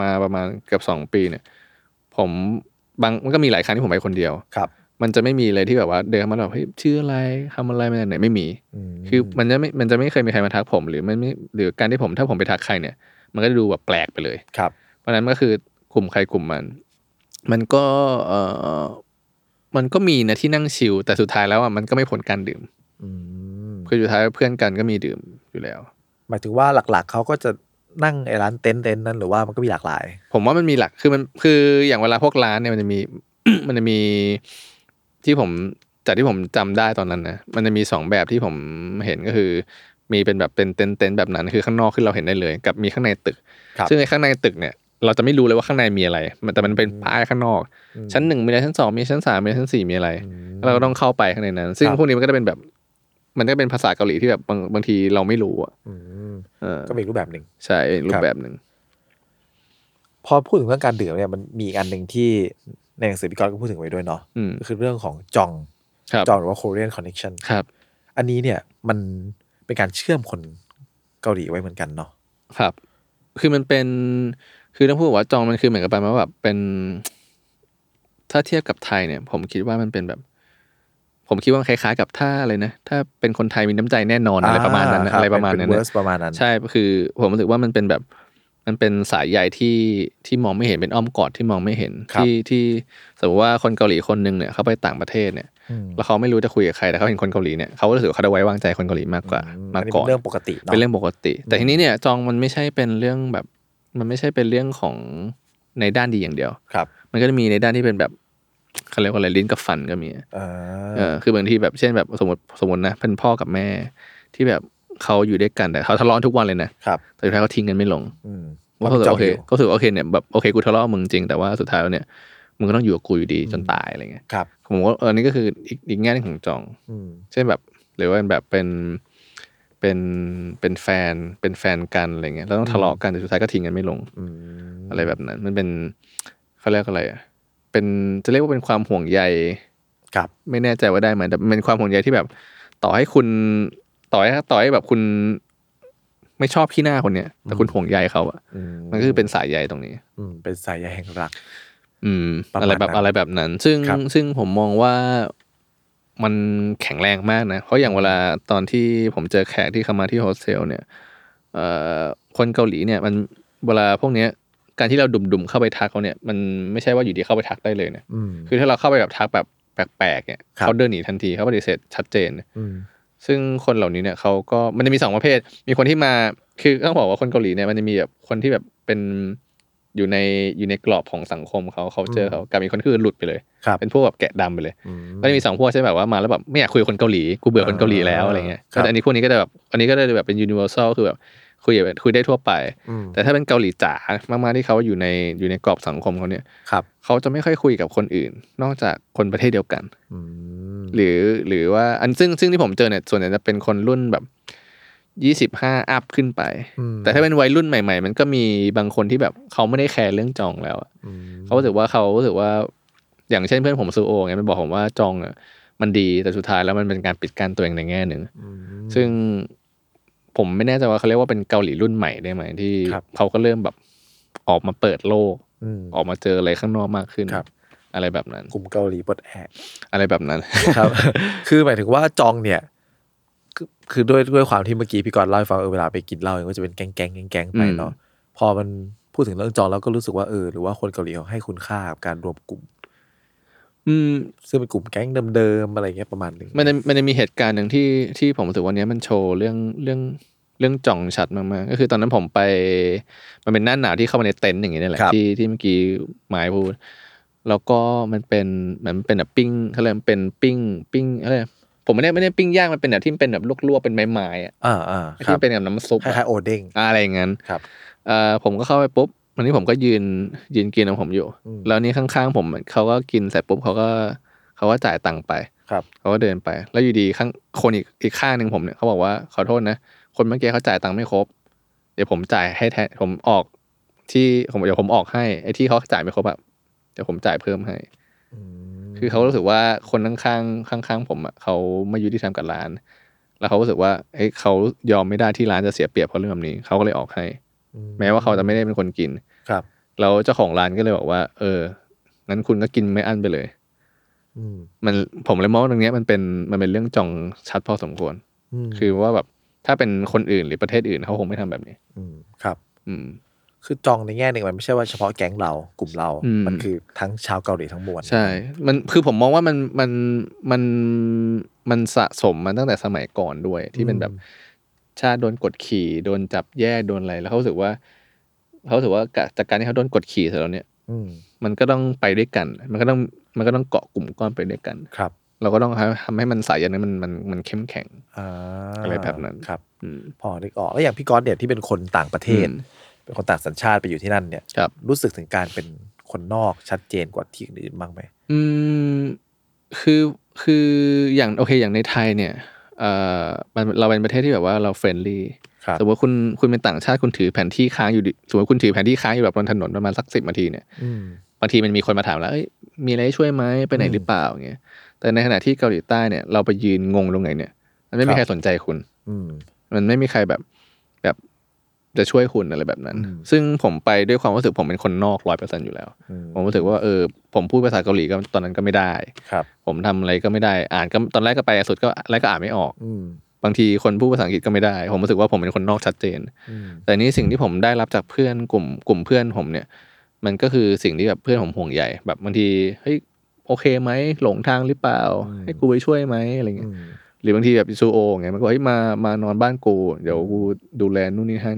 มาประมาณเกือบสองปีเนี่ย ผมบางมันก็มีหลายครั้งที่ผมไปคนเดียว
ครับ
มันจะไม่มีเลยที่แบบว่า เดินเข้ามาแล้วแบบเฮ้ยชื่ออะไรทำอะไรมาจากไหนไม่มี
ม
คือมันจะไม่มันจะไม่เคยมีใครมาทักผมหรือมันไม่หรือการที่ผมถ้าผมไปทักใครเนี่ย มันก็จะดูแบบแปลกไปเลย
ครับ
เพราะฉะนั้นก็คือกลุ่มใครกลุ่มมัน มันก็เออมันก็มีนะที่นั่งชิลแต่สุดท้ายแล้วอ่ะมันก็ไม่ผลการดื่ม
อืม
คือสุดท้ายเพื่อนกันก็มีดื่มอยู่แล้ว
หมายถึงว่าหลักๆเขาก็จะนั่งไอ้ร้านเต็นท์เต็นท์นั้นหรือว่ามันก็มีหลากหลาย
ผมว่ามันมีหลักคือมันคืออย่างเวลาพวกร้านเนี่ยมันจะมี มันจะมีที่ผมจากที่ผมจำได้ตอนนั้นนะมันจะมีสองแบบที่ผมเห็นก็คือ มีเป็นแบบเป็นเต็นท์เต็นท์แบบนั้นคือข้างนอกคือเราเห็นได้เลย กับมีข้างในตึก
ครับ
ซึ่งในข้างในตึกเนี่ย เราจะไม่รู้เลยว่าข้างในมีอะไรมันแต่มันเป็นป้ายข้างนอก ชั้นหนึ่งมีอะไรชั้นสองมีชั้นสามมีชั้นสี่มีอะไร เราก็ต้องเข้าไปข้างในนั้น ซึ่ง
ครับ
พวกนี้มันก็จะเป็นแบบ มันก็เป็นภาษาเกาหลีที่แบบบางบางทีเราไม่รู้อ่ะ
อืม
เออ
ก็เป็นอีกรูปแบบหนึ่ง
ใช่รู
ครั
ป
บ
แบบหนึ่ง
พอพูดถึงเรื่องการดื่มเนี่ยมันมีอีกอันหนึ่งที่ในหนังสือพี่กรณ์ก็พูดถึงไว้ด้วยเนาะ
อืม
ก็คือเรื่องของจอง
ครับ
จองหรือว่า Korean Connection
ครับ
อันนี้เนี่ยมันเป็นการเชื่อมคนเกาหลีไว้เหมือนกันเนาะ
ครับ คือมันเป็น คือต้องพูดว่าจองมันคือเหมือนกับประมาณว่าแบบเป็น ถ้าเทียบกับไทยเนี่ย ผมคิดว่ามันเป็นแบบ ผมคิดว่ามันคล้ายๆ กับถ้าอะไรนะถ้าเป็นคนไทยมีน้ำใจแน่นอนอะไรประมาณนั้นนะอะไรประมาณนั้น
เวิ
นะ
ร์สประมาณนั้น
ใช่คือผมรู้สึกว่ามันเป็นแบบมันเป็นสายใยที่ที่มองไม่เห็นเป็นอ้อมกอดที่มองไม่เห็น
ครับ
ที่ที่สมมติว่าคนเกาหลีคนหนึ่งเนี่ยเขาไปต่างประเทศเนี่ย
อืม
แล้วเขาไม่รู้จะคุยกับใครแต่เขาเห็นคนเกาหลีเนี่ยเขาก็รู้สึกว่าเขาได้ไว้วางใจคนเกาหลีมากกว่า
อื
มา
อันนี้
ก่อ
เป็
น
นเรื่องปกติเนาะ
เป็นเรื่องปกติ แต่ทีนี้เนี่ยจองมันไม่ใช่เป็นเรื่องแบบ มันไม่ใช่เป็นเรื่องของในด้านดีอย่างเดียว
ครับ
มันก็จะมีในด้านที่เป็นแบบเขาเรียกว่าอะไรลิ้นกับฟันก็มี
เออ
เออคือบางทีแบบเช่นแบบสมมติสมมตินะเป็นพ่อกับแม่ ที่แบบเขาอยู่ด้วยกันแต่เขาทะเลาะทุกวันเลยนะ
ครับ
แต่สุดท้ายเขาทิ้งกันไม่ลง
อืม
ก็รู้สึก
จ
โอเค
ยู่
ก็รู้สึกว่าโอเคเนี่ยแบบโอเคกูทะเลาะกับมึงจริงแต่ว่าสุดท้ายแล้วเนี่ยมึงก็ต้องอยู่กับกูอยู่ดีจนตายอะไรเงี้ย
ครับ
ผมว่าเออนี่ก็คืออีกอีกแง่หนึงของจอง
อืม
เช่นแบบ หรือว่าแบบเป็นเป็นเป็นแฟนเป็นแฟนกันอะไรเงี้ยแล้วต้องทะเลาะกันแต่สุดท้ายก็ทิ้งกันไม่ลง
อืม
อะไรแบบนั้น มันเป็นเขาเรียกอะไรอ่ะเป็นจะเรียกว่าเป็นความห่วงใย
ครับ
ไม่แน่ใจว่าได้ไหมแต่มันเป็นความห่วงใยที่แบบ ต่อให้คุณต่อให้ต่อให้แบบคุณไม่ชอบขี้หน้าคนเนี้ยแต่คุณห่วงใยเขาอะ
อืม
มันก็คือเป็นสายใยตรงนี้
อืมเป็นสายใยแห่งรัก
อืม
ประมาณ
อะไรแบบ
นั้น
อะไรแบบนั้น ซึ่ง
ครับ
ซึ่งผมมองว่ามันแข็งแรงมากนะ เพราะอย่างเวลาตอนที่ผมเจอแขกที่เข้ามาที่โฮสเทลเนี่ยเอ่อคนเกาหลีเนี่ย มันเวลาพวกเนี้ย การที่เราดุ่มๆเข้าไปทักเขาเนี่ย มันไม่ใช่ว่าอยู่ดีเข้าไปทักได้เลยนะ
อืม
คือถ้าเราเข้าไปแบบทักแบบแปลกๆเนี่ย
ครับ
เขาเดินหนีทันทีเขาปฏิเสธชัดเจน
อืม
ซึ่งคนเหล่านี้เนี่ยเขาก็มันจะมีสองประเภท มีคนที่มาคือต้องบอกว่าคนเกาหลีเนี่ยมันจะมีแบบคนที่แบบเป็นอยู่ในอยู่ในกรอบของสังคมเขาเขาเจอเขากับมีกคนที่คือหลุดไปเลย
ครับ
เป็นพวกแบบแกะดำไปเลย
อืม
ก็จะมีสองพวกใช่ไหมแบบว่ามาแล้วแบบไม่อยากคุยกับคนเกาหลีกูเบื่อคนเกาหลีแล้วอะไรเงี้ย
ครับ
แต่อันนี้พวกนี้ก็จะแบบอันนี้ก็ได้แบบเป็น universal คือแบบ คุยแบบคุยได้ทั่วไป
อืม
แต่ถ้าเป็นเกาหลีจ๋ามากๆที่เขาอยู่ในอยู่ในกรอบสังคมเขาเนี่ย
ครับ
เขาจะไม่ค่อยคุยกับคนอื่น นอกจากคนประเทศเดียวกัน
อืม
หรือหรือว่าอันซึ่งซึ่งที่ผมเจอเนี่ยส่วนใหญ่จะเป็นคนรุ่นแบบยี่สิบห้าอัพขึ้นไป
อืม
แต่ถ้าเป็นวัยรุ่นใหม่ ๆ มันก็มีบางคนที่แบบเขาไม่ได้แคร์เรื่องจองแล้วอะ
อืม
เขารู้สึกว่าเขารู้สึกว่าอย่างเช่นเพื่อนผมซูโอเนี่ยมันบอกผมว่าจองอะมันดีแต่สุดท้ายแล้วมันเป็นการปิดกั้นตัวเองในแง่หนึ่ง
อืม
ซึ่งผมไม่แน่ใจว่าเขาเรียกว่าเป็นเกาหลีรุ่นใหม่ได้ไหมที่
ครับ
เขาก็เริ่มแบบออกมาเปิดโลก
อืม
ออกมาเจออะไรข้างนอกมากขึ้น
ครับ
อะไรแบบนั้น
กลุ่มเกาหลีปลดแอก
อะไรแบบนั้น
ครับ คือหมายถึงว่าจองเนี่ย คือคือด้วยด้วยความที่เมื่อกี้พี่กรณ์เล่าให้ฟังเออเวลาไปกินเหล้าเนี่ยก็จะเป็นแก๊งแก๊งแก๊งๆไปเนาะ พอมันพูดถึงเรื่องจองแล้วก็รู้สึกว่าเออหรือว่าคนเกาหลีเขาให้คุณค่ากับการรวมกลุ่ม
อืม
ซึ่งเป็นกลุ่มแก๊งเดิมๆอะไรเงี้ยประมาณหนึง
มันจะมันจะมีเหตุการณ์หนึ่งที่ที่ผมรู้สึกวันนี้มันโชว์เรื่องเรื่องเรื่องจ่องชัดมากๆก็คือตอนนั้นผมไป มันเป็นหน้าหนาวที่เข้ามาในเต็นท์อย่างนี้นี่แหละ
ครับ
ที่ที่เมื่อกี้หมายพูด แล้วก็มันเป็นเหมือนเป็นแบบปิ้งเขาเรียกมันเป็นปิ้งปิ้งอะไรผมไม่ได้ไม่ได้ปิ้งย่างมันเป็นแบบที่มันเป็นแบบลวกๆเป็นไม้ๆอะ
อ่าอ่าครั
ที่
บ
เป็นกับน้ำซุป
ค
อะ
ล้ายๆโอเด้ง
อะไรอย่างนั้น
ครับ
เอ่อผมก็เข้าไปปุ๊บวันนี้ผมก็ยืนยืนกินของผมอยู่
อืม
แล้วนี่ข้างๆผมเขาก็กินเสร็จปุ๊บเขาก็เขาก็จ่ายตังค์ไป
ครับ
เขาก็เดินไป แล้วอยู่ดีข้างคนอีกอีกข้างหนึ่งผมเนี่ยเขาบอกว่าขอโทษนะ คนเมื่อกี้เขาจ่ายตังค์ไม่ครบ เดี๋ยวผมจ่ายให้แทนผมออกที่ผมเดี๋ยวผมออกให้ไอ้ที่เขาจ่ายไม่ครบอะเดี๋ยวผมจ่ายเพิ่มให้ คือเขารู้สึกว่าคนข้างข้างๆข้างๆผมอ่ะเขาไม่ยุติธรรมกับร้าน แล้วเขารู้สึกว่าเอ้ยเขายอมไม่ได้ที่ร้านจะเสียเปรียบเพราะเรื่องแบบนี้เขาก็เลยออกให้
อื
แม้ว่าเขาจะไม่ได้เป็นคนกิน
ครับ
แล้วเจ้าของร้านก็เลยบอกว่า เอองั้นคุณก็กินไม่อั้นไปเลย
อืม
มันผมเลยมองว่าตรงเนี้ยมันเป็นมันเป็นเรื่องจองชัดพอสมควร
ม
คือว่าแบบถ้าเป็นคนอื่นหรือประเทศอื่นเขาคงไม่ทำแบบนี้
มครับ
อืม
คือจองในแง่หนึ่งมันไม่ใช่ว่าเฉพาะแก๊งเรากลุ่มเรา
อืม
มันคือทั้งชาวเกาหลีทั้งมวล
ใช่ มันคือผมมองว่ามันมันมันมันสะสมมาตั้งแต่สมัยก่อนด้วย ที่เป็นแบบชาติโดนกดขี่โดนจับแย่โดนอะไรแล้วเขารู้สึกว่าเขารู้สึกว่าจากการที่เขาโดนกดขี่เสร็จแล้วเนี่ย
อืม
มันก็ต้องไปด้วยกัน มันก็ต้องมันก็ต้องเกาะกลุ่มก้อนไปด้วยกัน
ครับ
เราก็ต้องทำให้มันสายยันนั้นมันมันมันเข้มแข็ง
อ่า
อะไรแบบนั้น
ครับ
อืม
พอนึกออกแล้วอย่างพี่กอนเนี่ยที่เป็นคนต่างประเทศ
อืม
เป็นคนต่างสัญชาติไปอยู่ที่นั่นเนี่ย
ครับ
รู้สึกถึงการเป็นคนนอกชัดเจนกว่าที่อื่นบ้างไหม
อืมคือคืออย่างโอเคอย่างในไทยเนี่ยเอ่อมันเราเป็นประเทศที่แบบว่าเราเฟรนลี่
ครับ
สมมติว่าคุณคุณเป็นต่างชาติคุณถือแผนที่ค้างอยู่ดิสมมติคุณถือแผนที่ค้างอยู่แบบบนถนนประมาณสักสิบนาทีเนี่ย
อืม
บางทีมันมีคนมาถามแล้วเอ้ยมีอะไรให้ช่วยไหมไปไหน
อืม
หรือเปล่าอย่างเงี้ยแต่ในขณะที่เกาหลีใต้เนี่ยเราไปยืนงงตรงไหนเนี่ยมันไม่มี
ค
ใค
รั
ร
บ
สนใจคุณ
อืม
มันไม่มีใครแบบแบบจะช่วยคุณอะไรแบบนั้น
อืม
ซึ่งผมไปด้วยความรู้สึกผมเป็นคนนอกร้อยเปอร์เซ็นอยู่แล้ว
อืม
ผมรู้สึกว่าเออผมพูดภาษาเกาหลีก็ตอนนั้นก็ไม่ได้
ครับ
ผมทำอะไรก็ไม่ได้อ่านก็ตอนแรกก็ไปสุดก็แรกก็อ่านไม่ออก
อืม
บางทีคนพูดภาษาอังกฤษก็ไม่ได้ ผมรู้สึกว่าผมเป็นคนนอกชัดเจน
อืม
แต่นี่สิ่งที่ผมได้รับจากเพื่อนกลุ่มกลุ่มเพื่อนผมเนี่ย มันก็คือสิ่งที่แบบเพื่อนผมห่วงใยแบบบางทีเฮ้ยโอเคไหมหลงทางหรือเปล่า ให้กูไปช่วยไหมอะไร
อื
เงี้ย
ม
หรือบางทีแบบซูโอไงมันก็บอกเฮ้ยมามานอนบ้านกูเดี๋ยวกูดูแลนู่นนี่ให้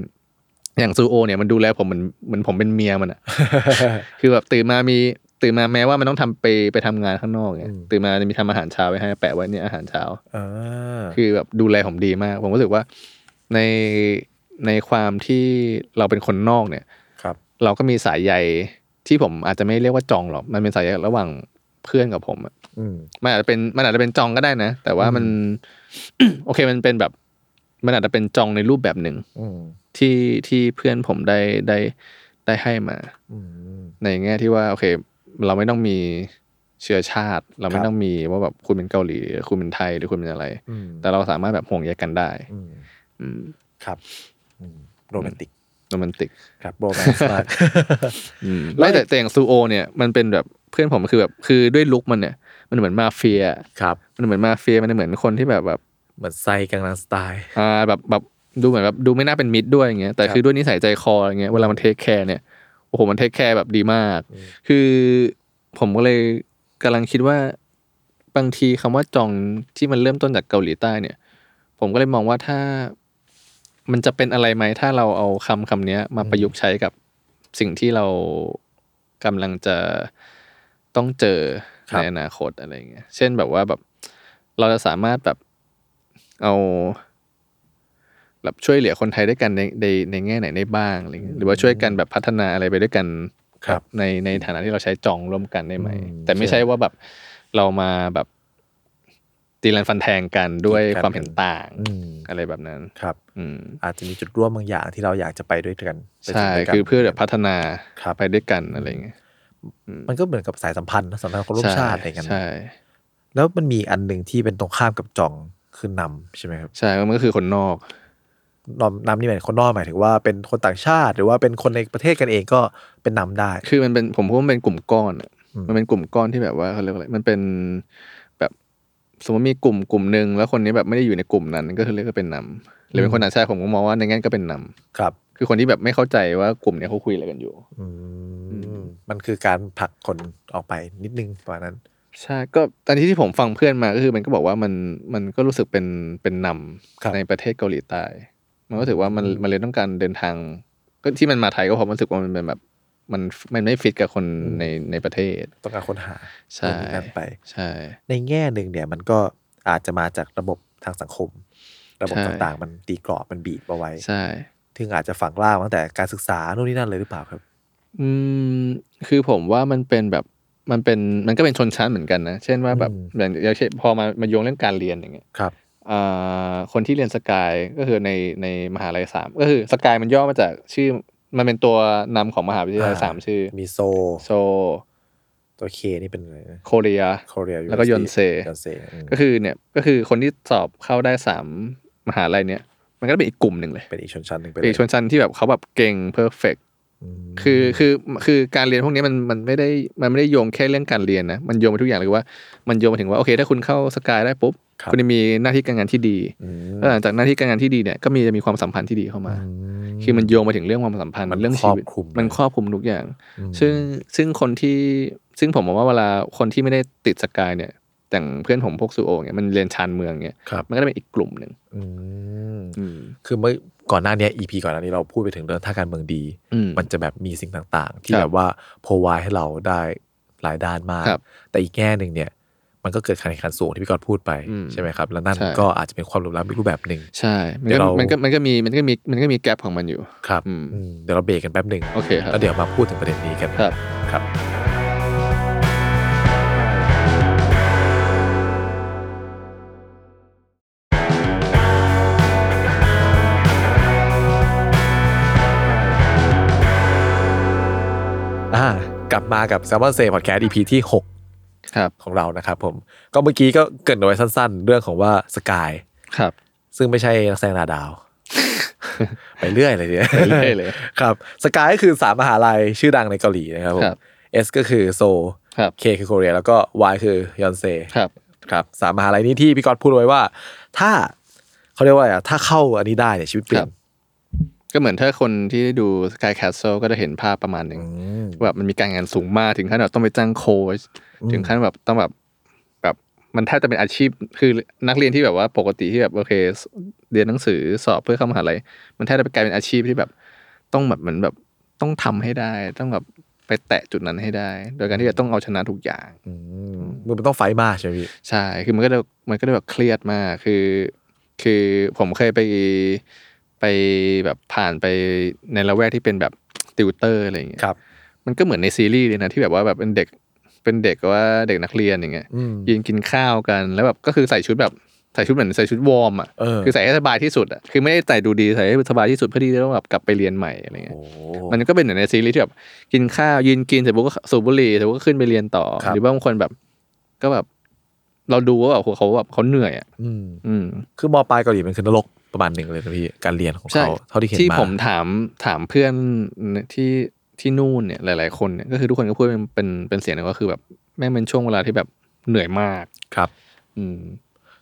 อย่างซูโอเนี่ยมันดูแลผมเหมือนเหมือนผมเป็นเมียมันอะ คือแบบตื่นมามีตื่นมาแม้ว่ามันต้องทำไปไปทำงานข้างนอกไงตื่นมาจะมีทำอาหารเช้าไว้ให้ แปะไว้เนี่ยอาหารเช้า
อ่า
คือแบบดูแลผมดีมาก ผมรู้สึกว่าในในความที่เราเป็นคนนอกเนี่ย
ครับ
เราก็มีสายใยที่ผมอาจจะไม่เรียกว่าจองหรอกมันเป็นสายใยระหว่างเพื่อนกับผมอะ
อืม
มันอาจจะเป็นมันอาจจะเป็นจองก็ได้นะ แต่ว่ามัน โอเคมันเป็นแบบ มันอาจจะเป็นจองในรูปแบบหนึ่ง
อืม
ที่ที่เพื่อนผมได้ได้ได้ให้มา
อืม
ในแง่ที่ว่า โอเค เราไม่ต้องมีเชื้อชาติ เรา
ค
ไม่
รับ
ต้องมีว่าแบบคุณเป็นเกาหลีหรือคุณเป็นไทยหรือคุณเป็นอะไร
อืม
แต่เราสามารถแบบห่วงใยกันได้
อืม
อืม
ครับอืมโรแมนติก
โรแมนติก
ครับโรแมนต์มาก
อืมไม่แต่แต่อย่างซูโอ เนี่ยมันเป็นแบบเพื่อนผมคือแบบคือด้วยลุคมันเนี่ย มันเหมือนมาเฟีย
ครับ
มันเหมือนมาเฟียมันเหมือนคนที่แบบแบบ
เหมือนไซกังนังสไตล์
อ่าแบบแบบดูเหมือนแบบดูไม่น่าเป็นมิตรด้วยอย่างเงี้ย
ค
แต่
รับ
คือด้วยนิสัยใจคออย่างเงี้ยเวลามันเทคแคร์เนี่ยโอ้โหมันเทคแคร์แบบดีมาก คือผมก็เลยกำลังคิดว่าบางทีคำว่าจองที่มันเริ่มต้นจากเกาหลีใต้เนี่ย ผมก็เลยมองว่าถ้า มันจะเป็นอะไรไหมถ้าเราเอาคำคำเนี้ยมาประยุกต์ใช้กับสิ่งที่เรากำลังจะต้องเจอ
ครับ
ในอนาคตอะไรอย่างเงี้ยเช่นแบบว่าแบบเราจะสามารถแบบเอา แบบช่วยเหลือคนไทยด้วยกันในในในแง่ไหนได้บ้างอะไรเงี้ยหรือว่าช่วยกันแบบพัฒนาอะไรไปด้วยกัน
ครับ
ในในฐานะที่เราใช้จองร่วมกันได้ไหม
อืม
แต่ไม่ใช่ว่าแบบเรามาแบบตีลันฟันแทงกันด้วย
ครับ
ความเห็นต่าง
อืม
อะไรแบบนั้น
ครับ
อืม
อาจจะมีจุดร่วมบางอย่างที่เราอยากจะไปด้วยกันไปถึ
ใช่
งด้วยกัน
คือเพื่อแบบพัฒนา
ครับ
ไปด้วยกันอะไรเงี้ย
มันก็เหมือนกับสายสัมพันธ์นะสำหรับคนร่วมชาติอะไรกันนะ
ใช่
แล้วมันมีอันหนึ่งที่เป็นตรงข้ามกับจองคือนำใช่ไหมครับ
ใช่มันก็คือคนนอก
นำนำนี่หมายถึงคนนอกหมายถึงว่าเป็นคนต่างชาติ หรือว่าเป็นคนในประเทศกันเองก็เป็นนำได้
คือมันเป็นผมพูดว่ามันเป็นกลุ่มก้อนอะ
อืม
มันเป็นกลุ่มก้อนที่แบบว่าเขาเรียกว่าอะไร มันเป็นแบบสมมติมีกลุ่มกลุ่มหนึ่งแล้วคนนี้แบบไม่ได้อยู่ในกลุ่มนั้นก็คือเรียกว่าเป็นนำหรือเป็นคนต่างชาติผมก็มองว่าในงั้นก็เป็นน
ครับ
ำคือคนที่แบบไม่เข้าใจว่ากลุ่มเนี้ยเขาคุยอะไรกันอยู่
อืมมันคือการผลักคนออกไปนิดนึงประมาณนั้น
ใช่ก็ตอนที่ที่ผมฟังเพื่อนมาก็คือมันก็บอกว่ามันมันก็รู้สึกเป็นเป็นน
ครับ
ำในประเทศเกาหลีใต้มันก็ถือว่ามันมันเลยต้องการเดินทาง ก็ที่มันมาไทยก็เพราะมันรู้สึกว่ามันเป็นแบบมันมันไม่ฟิตกับคนในในประเทศ
ต้องการค้นหา
ใช่
ตรงนี้นั่นไป
ใช่
ในแง่หนึ่งเนี่ยมันก็อาจจะมาจากระบบทางสังคม ระบบ
ใช่
ต่างๆ มันตีกรอบมันบีบเอาไว้
ใช่
ถึงอาจจะฝังล่ากมาตั้งแต่การศึกษาโน่นนี่นั่นเลยหรือเปล่าครับ
อืมคือผมว่ามันเป็นแบบมันเป็นมันก็เป็นชนชั้นเหมือนกันนะ เช่นว่าแบบ
อืม
อย่างอย่างเช่นพอมามาโยงเรื่องการเรียนอย่างเงี้ย
ครับ
อ่าคนที่เรียนสกายก็คือในในมหาลัยสามก็คือสกายมันย่อมาจากชื่อมันเป็นตัวนำของมหาวิทยาลัยสามชื่อ
มีโซ
โซ
ตัวเคนี่เป็นอะไรนะ
โคเรีย
โคเรีย
แล้วก็ Yonsei
ยอนเซ
ก็คือเนี่ยก็คือคนที่สอบเข้าได้สามมหาลัยเนี่ยมันก็เป็นอีกกลุ่มหนึ่งเลย
เป็นอีกชนชั้นหนึ่งไป
เป็น
เลย
อีกชนชั้นที่แบบเขาแบบเก่งเพอร์เฟก
ม
คือคือคือการเรียนพวกนี้มันมันไม่ได้มันไม่ได้โยงแค่เรื่องการเรียนนะมันโยงไปทุกอย่างเลยคือว่ามันโยงไปถึงว่าโอเค ถ้าคุณเข้าสกายได้ปุ๊บ
รับ
คุณจะมีหน้าที่การงานที่ดี
ม
แล้วหลังจากหน้าที่การงานที่ดีเนี่ยก็มีจะมีความสัมพันธ์ที่ดีเข้ามา
อื
คือมันโยงไปถึงเรื่องความสัมพันธ์
มัน
เรื่องชีวิต
ครอบคลุม
มันครอบคลุมทุกอย่าง
อืม
ซึ่งซึ่งคนที่ซึ่งผมมองว่าเวลาคนที่ไม่ได้ติดสกายเนี่ยแต่างเพื่อนผมพวกซูโอเนี่ยมันเรียนชานเมืองเนี่ย
ครับ
มันก็ได้เป็นอีกกลุ่มหนึ่ง
อืม
อืม
คือเมื่อก่อนหน้าเนี้อีพีก่อนหน้านี้เราพูดไปถึงเรื่องท่าการเมืองดี
อืม
มันจะแบบมีสิ่งต่างๆ ที่
ครับ
แบบว่าพอวายให้เราได้หลายด้านมาก
ครับ
แต่อีกแง่หนึ่งเนี่ย มันก็เกิดการแข่งขันสูงที่พี่กรณ์พูดไป
อืม
ใช่ไหมครับ แล้วนั่น
ใช่
ก็อาจจะเป็นความเหลุมล้ำอีกรูปแบบหนึ่ง
ใช่มัน
เดี๋ยว
ก็
เรามั
มันก็มันก็มีมันก็มีมันก็มีแกลบของมันอยู่
ครับ
อืม
อืมเดี๋ยวเราเบรกกันแป๊บหนึ่ง
โอเคครับ
แล้วเดี๋ยวมาพูดถึงประเด็นนี้กัน
ครับ
ครับ อ่ากลับมากับ s ซ l m o n s a y Podcast EP ที่
ครับ
6 ของเรานะครับผม ก็เมื่อกี้ก็เกริดเอาไว้สั้นๆ เรื่องของว่าสกาย
ครับ
ซึ่งไม่ใช่นักแสดงดาดาว ไปเรื่อยเลยเนี่ย
ไปเรื่อยเลย
ครับสกายก็คือสามมหาลัยชื่อดังในเกาหลีนะครับผ
ค
ม
รับ
S ก็คือโซ
ครับ
K คือโคเรียแล้วก็ Y คือยอนเซ
ครับ
ครับสามมหาลัยนี้ที่พี่ก๊อตพูดไว้ว่า ถ้าเขาเรียกว่าอะไรอะถ้าเข้าอันนี้ได้เนี่ยชีวิตเปลี่ยน
ครับ ก็เหมือนถ้าคนที่ดู Sky Castle ก็จะเห็นภาพประมาณหนึ่ง
อืม
แบบมันมีการงานสูงมากถึงขั้นแบบต้องไปจ้างโค้ช
อืม
ถึงขั้นแบบต้องแบบแบบมันแทบจะเป็นอาชีพคือนักเรียนที่แบบว่าปกติที่แบบโอเค เรียนหนังสือสอบเพื่อเข้ามหาลัยมันแทบจะกลายเป็นอาชีพที่แบบต้องแบบเหมือนแบบต้องทำให้ได้ ต้องแบบไปแตะจุดนั้นให้ได้ โดยการที่จะต้องเอาชนะทุกอย่าง
อืมมันต้องไฟท์มากใช่ไหมพี่
ใช่ คือมันก็เลยมันก็เลยแบบเครียดมาก คือ คือผมเคยไปไปแบบผ่านไปในละแวกที่เป็นแบบติวเตอร์อะไรอย่างเงี้ย
ครับ
มันก็เหมือนในซีรีส์เลยนะที่แบบว่าแบบเป็นเด็ก เป็นเด็กว่าเด็กนักเรียนอย่างเงี้ย
อืม
ยืนกินข้าวกัน แล้วแบบก็คือใส่ชุดแบบใส่ชุดเหมือนใส่ชุดวอร์มอ่ะ
เออ
คือใส่ให้สบายที่สุดอ่ะ คือไม่ได้ใส่ดูดีใส่ให้สบายที่สุดเพื่อที่จะต้องแบบกลับไปเรียนใหม่อะไรเงี้ย
โอ้
มันก็เป็นเหมือนในซีรีส์ที่แบบกินข้าวยืนกินเสร็จปุ๊บก็สูบบุหรี่เสร็จปุ๊บก็ขึ้นไปเรียนต่อ
ครับ
หรือว่าบางคนแบบ ก็แบบ เราดูว่าแบบโหเขาแบบเขาเหนื่อยอ่ะ
อืม
อืม
คือมอปลายเกาหลีมันคือนรกประมาณหนึ่งเลยนะพี่การเรียนของเขาเท่าที่เห็น
ที่
มา
ผมถามถามเพื่อนที่ที่นู่นเนี่ยหลาย ๆ คนเนี่ยก็คือทุกคนก็พูดเป็นเป็นเป็นเสียงเดียวก็คือแบบแม่งเป็นช่วงเวลาที่แบบเหนื่อยมาก
ครับ
อืม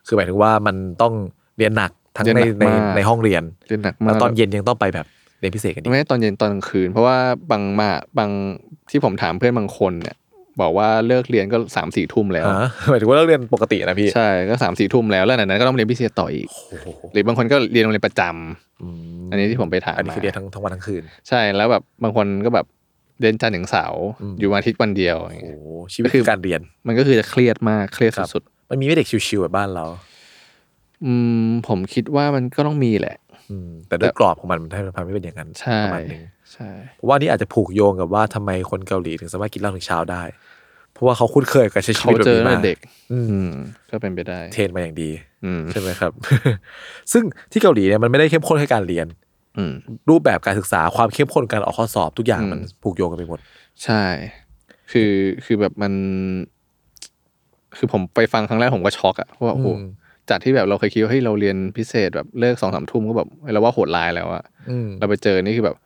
คือหมายถึงว่ามันต้องเรียนหนักทั้ง
เรียน
ใน
หนั
ใน
กมาก
ในห้องเรียน
เรียนหนักมา
แล้ว
ก
ตอนเย็นยังต้องไปแบบเรียนพิเศษกันอีก
ไม่ตอนเย็นตอนกลางคืน เพราะว่าบางมาบางที่ผมถามเพื่อนบางคนเนี่ย บอกว่าเลิกเรียนก็สามสี่ทุ่มแล้ว
ฮะ หมายถึงว่าเลิกเรียนปกตินะพี่
ใช่ก็สามสี่ทุ่มแล้วแล้วไหนนั้นก็ต้องเรียนพิเศษต่ออีก
โอ้โห
หรือบางคนก็เรียนโรงเรียนประจำ
อืม
อันนี้ที่ผมไปถาม
อันนี้คือเรียน
มา
ทั้งทั้งวันทั้งคืน
ใช่แล้วแบบบางคนก็แบบเรียนจันทร์ถึงเสาร์
อืม
อยู่วันอาทิตย์วันเดียวอย่าง
โอ้
เงี้ย
โหชีวิต
คื
คือ อการเรียน
มันก็คือจะเครียดมากเครียด
ครับ
สุด
มันมีไม่เด็กชิวๆแบบบ้านเรา
ๆอืมผมคิดว่ามันก็ต้องมีแหละ
อืมแต่ด้วยกรอบของมันมันทำให้เป็นอย่างนั้น
ใช่
ประมาณหนึง
ใช่
เพราะว่านี่อาจจะผูกโยงกับว่าทำไมคนเกาหลีถึงสามารถกินเหล้าถึงเช้าได้ เพราะว่าเขาคุ้นเคยกับใช้ชี
เขา
วิตแบบ
เจอ
นี้
ตั้ง
มา
แต่เด็ก
อืม
อืมก็เป็นไปได้
เทรนมาอย่างดี
อืม
ใช่ไหมครับ ซึ่งที่เกาหลีเนี่ยมันไม่ได้เข้มข้นแค่การเรียน
อืม
รูปแบบการศึกษาความเข้มข้นการออกข้อสอบทุกอย่างมัน
อืม
ผูกโยงกันไปหมด
ใช่ คือคือแบบมัน คือผมไปฟังครั้งแรกผมก็ช็อกอะเพราะว่าโอ้โห
อืม
จากที่แบบเราเคยคิดว่าเฮ้ยเราเรียนพิเศษแบบเลิกสองสามทุ่มก็แบบเราว่าโหดร้ายแล้วอะ
อืม
เราไปเจอนี่คือแบบ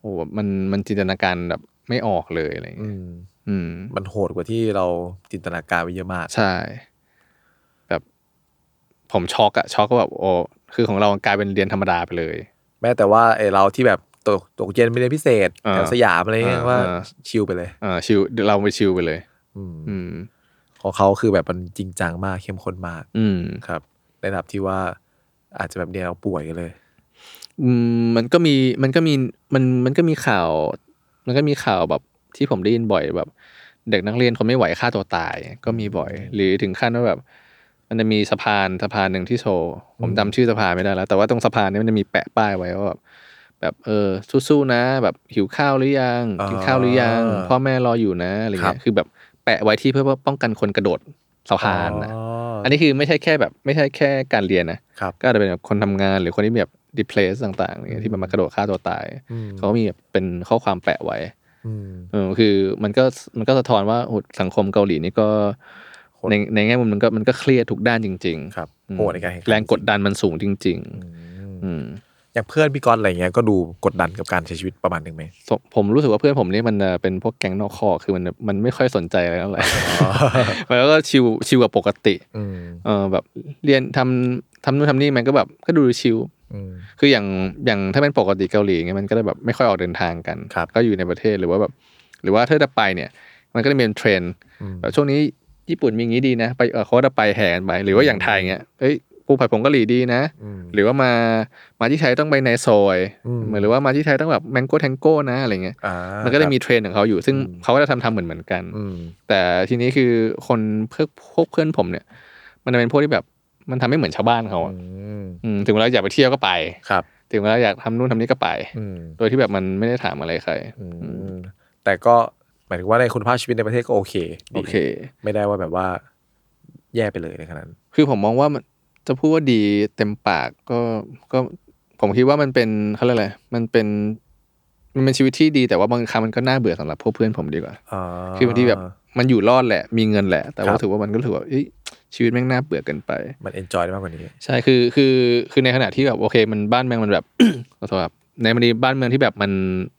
โอ้โหแบบมันมันจินตนาการแบบไม่ออกเลยอะไรอย่าง
อื
เงี้ย
ม
อืม
มันโหดกว่าที่เราจินตนาการไว้เยอะมาก
ใช่ แบบผมช็อกอะช็อกก็แบบโอ้คือของเรากลายเป็นเรียนธรรมดาไปเลย
แม้แต่ว่าไอเราที่แบบตกตกเย็นไปเรียนพิเศษ
อ่า
แถวสยามอะไรเงี้ย
อ่า
ว่า
อ่า
ชิลไปเลย
เออชิวเราไปชิวไปเลย
อืม
อืม
ของเขาคือแบบมันจริงจังมากเข้มข้นมาก
อืม
ครับในระดับที่ว่าอาจจะแบบเรียนเราป่วยกันเลย
อืมมันก็มีมันก็มีมันมันก็มีข่าว มันก็มีข่าวแบบที่ผมได้ยินบ่อยแบบ เด็กนักเรียนคนไม่ไหวฆ่าตัวตาย ก็มีบ่อย หรือถึงขั้นว่าแบบ มันจะมีสะพานสะพานหนึ่งที่โชว์ผมจำชื่อสะพานไม่ได้แล้ว แต่ว่าตรงสะพานเนี้มันจะมีแปะป้ายไว้ว่าแบบแบบเออสู้ๆนะ แบบหิวข้าวหรือยัง
อ่ากิ
กินข้าวหรือยังพ่อแม่รออยู่นะอะไร
ครั
เงี้
บ
ยคือแบบแปะไว้ที่เพื่อป้องกันคนกระโดดสะพานนะ อันนี้คือไม่ใช่แค่แบบไม่ใช่แค่การเรียนนะ
ครับ
ก็อาจจะเป็นแบบคนทำงานหรือคนที่มีแบบ depressed ต่างๆเนี่ยที่มันมากระโดดฆ่าตัวตาย
อืม
เขาก็มีแบบเป็นข้อความแปะไว้
อืม
เออคือมันก็มันก็สะท้อนว่าโอ้โหสังคมเกาหลีนี่ก็ในในแง่มุมมันก็มันก็เครียดทุกด้านจริงๆ
ครับ
อืม
โหดในการแข่งขัน
แรงกดดันมันสูงจริง ๆ อืม
อย่างเพื่อนพี่ก๊อตอะไรเงี้ยก็ดูกดดันกับการใช้ชีวิตประมาณหนึ่งไหม
ส่วนผมรู้สึกว่าเพื่อนผมนี่มันเอ่อเป็นพวกแก๊งนอกคอกคือมันมันไม่ค่อยสนใจอะไรเท่าไหร่แล้วก็ชิวชิวกว่าปกติ
อืม
เออแบบเรียนทำทำนู่นทำนี่มันก็แบบก็ดูชิว
อืม
คืออย่างอย่างถ้าเป็นปกติเกาหลีเงี้ยมันก็จะแบบไม่ค่อยออกเดินทางกัน
ครับ
ก็อยู่ในประเทศหรือว่าแบบหรือว่าถ้าจะไปเนี่ย มันก็จะเป็นเทรนด์
อืม
แบบช่วงนี้ญี่ปุ่นมีอย่างนี้ดีนะ ไปเออเขาจะไปแห่กันไปหรือว่าอย่างไทยเงี้ยเอ้ยปูผัดผงกะหรี่ดีนะ
อืม
หรือว่ามามาที่ไทยต้องไปในซอย
อืม
หรือว่ามาที่ไทยต้องแบบแมงโก้แทงโก้นะอะไรเงี้ย
อ่ามั
มันก็จะมีเทรนด์ของเขาอยู่ซึ่งเขาก็จะทำทำเหมือนเหมือนๆกัน
อืม
แต่ทีนี้คือคนเพื่อพวกเพื่อนผมเนี่ย มันจะเป็นพวกที่แบบมันทำไม่เหมือนชาวบ้านเขาอะ
อืม
อืมถึงเวลาอยากไปเที่ยวก็ไป
ครับ
ถึงเวลาอยากทำนู่นทำนี่ก็ไป
อืม
โดยที่แบบมันไม่ได้ถามอะไรใคร
อืม แต่ก็หมายถึงว่าในคุณภาพชีวิตในประเทศก็โอเคดี
โอเค
ไม่ได้ว่าแบบว่า แย่ไปเลยในขนาดนั้น
คือผมมองว่ามันจะพูดว่าดีเต็มปากก็ก็ผมคิดว่ามันเป็นเขาเรียกอะไร มันเป็น มันเป็นชีวิตที่ดีแต่ว่าบางครั้งมันก็น่าเบื่อสำหรับพวกเพื่อนผมดีกว่า
อ่า
คือบางทีแบบมันอยู่รอดแหละ มีเงินแหละ แต่
ค
ว่า
รับ
ถือว่ามันก็ถือว่าเอ้ยชีวิตแม่งน่าเบื่อเกินไป
มันเอนจอยได้มากกว่านี้
ใช่คือคือคือในขณะที่แบบโอเค มันบ้านเมืองมันแบบ ขอโทษครับในมันดีบ้านเมืองที่แบบมัน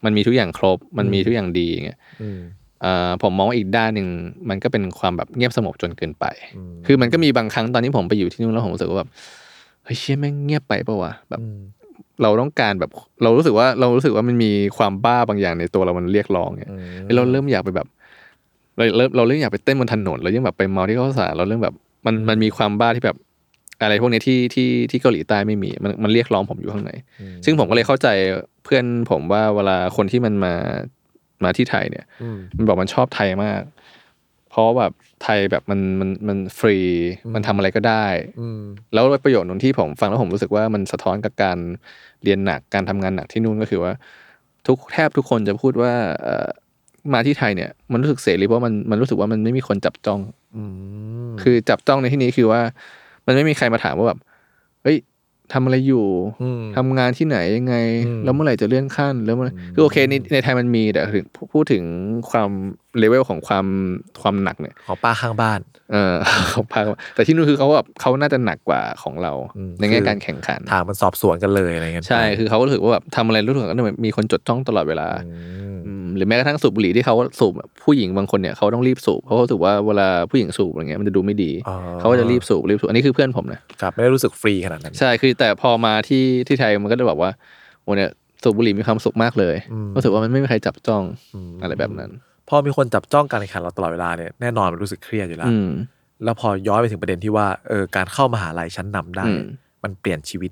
มันมีทุกอย่างครบ มันมีทุกอย่างดีอย่างเงี้ย
อืม
เอ่อผมมองว่าอีกด้านหนึ่งมันก็เป็นความแบบเงียบสงบจนเกินไป คือมันก็มีบางครั้งตอนที่ผมไปอยู่ที่นู่นแล้วผมรู้สึกว่าแบบเฮ้ยเชี่ยแม่งเงียบไปปะวะแบบ
อืม
เราต้องการแบบเรารู้สึกว่าเรารู้สึกว่ามันมีความบ้าบางอย่างในตัวเรามันเรียกร้องเนี่ยเฮ้ยเราเริ่มอยากไปแบบเราเริ่มเราเริ่มอยากไปเต้นบนถนนเราเริ่มแบบไปเมาที่ข้าวสารเราเริ่มแบบมันมันมีความบ้าที่แบบอะไรพวกเนี้ยที่ที่ที่เกาหลีใต้ไม่มีมันมันเรียกร้องผมอยู่ข้างใน ซึ่งผมก็เลยเข้าใจเพื่อนผมว่าเวลาคนที่มันมามาที่ไทยเนี่ย
อืม
มันบอกมันชอบไทยมาก เพราะแบบไทยแบบมันมันมันฟรี มันทำอะไรก็ได้
อืม
แล้วประโยชน์หนึงที่ผมฟังแล้วผมรู้สึกว่ามันสะท้อนกับการเรียนหนักการทำงานหนักที่นู่นก็คือว่า ทุกแทบทุกคนจะพูดว่าเอ่อมาที่ไทยเนี่ย มันรู้สึกเสรีเพราะมันมันรู้สึกว่ามันไม่มีคนจับจ้อง
อืม
คือจับจ้องในที่นี้คือว่า มันไม่มีใครมาถามว่าแบบเฮ้ยทำอะไรอยู่
อืม
ทำงานที่ไหนยังไง
อืม
แล้วเมื่อไหร่จะเลื่อนขั้นแล้วเมื่อไหร่คือโอเคในในไทยมันมีแต่ถึงพูดถึงความเลเวลของความความหนักเนี่ย
ของป้าข้างบ้าน
เออ ของภาคแต่ที่นู่นคือเขาแบบเขาน่าจะหนักกว่าของเรา
อืม
ในแง่การแข่งขัน
ถามมันสอบสวนกันเลยอะไรเงี้ย
ใช่คือเขารู้สึกว่าแบบทำอะไรรู้สึกว่ามีคนจดจ้องตลอดเวลา
ม
อืมหรือแม้กระทั่งสูบบุหรี่ที่เขาสูบผู้หญิงบางคนเนี่ยเขาต้องรีบสูบเพราะเขารู้สึกว่าเวลาผู้หญิงสูบอะไรเงี้ยมันจะดูไม่ดี
อ๋อ
เขาก็จะรีบสูบรีบสูบอันนี้คือเพื่อนผมนะ
ครับไม่ได้รู้สึกฟรีขนาดนั้น
ใช่ คือแต่พอมาที่ที่ไทยมันก็จะบอกว่าโอ้เนี่ยสูบบุหรี่มีความสุขมากเลย
อืม
รู้สึกว่ามันไม่มีใครจับจ้องอะไรแบบนั้น
พอมีคนจับจ้องการแข่งขันเราตลอดเวลาเนี่ยแน่นอนมันรู้สึกเครียดอยู่แล้ว
อืม
แล้วพอย้อนไปถึงประเด็นที่ว่าเออการเข้ามหาลัยชั้นนำได้
อืม
มันเปลี่ยนชีวิต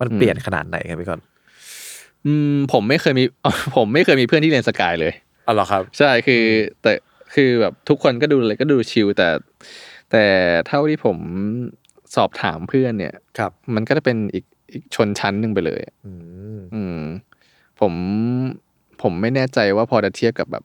มันเปลี่ยนขนาดไหนครับพี่ก่อน
อืมผมไม่เคยมี ผมไม่เคยมีเพื่อนที่เรียนสกายเลย
อ๋อเหรอครับ
ใช่คือแต่คือแบบทุกคนก็ดูอะไรก็ดูชิลแต่ แต่เท่าที่ผมสอบถามเพื่อนเนี่ย
ครับ
มันก็จะเป็นอีก อีกชนชั้นหนึ่งไปเลยอะ
อืม
อืม ผมผมไม่แน่ใจว่าพอจะเทียบกับแบบ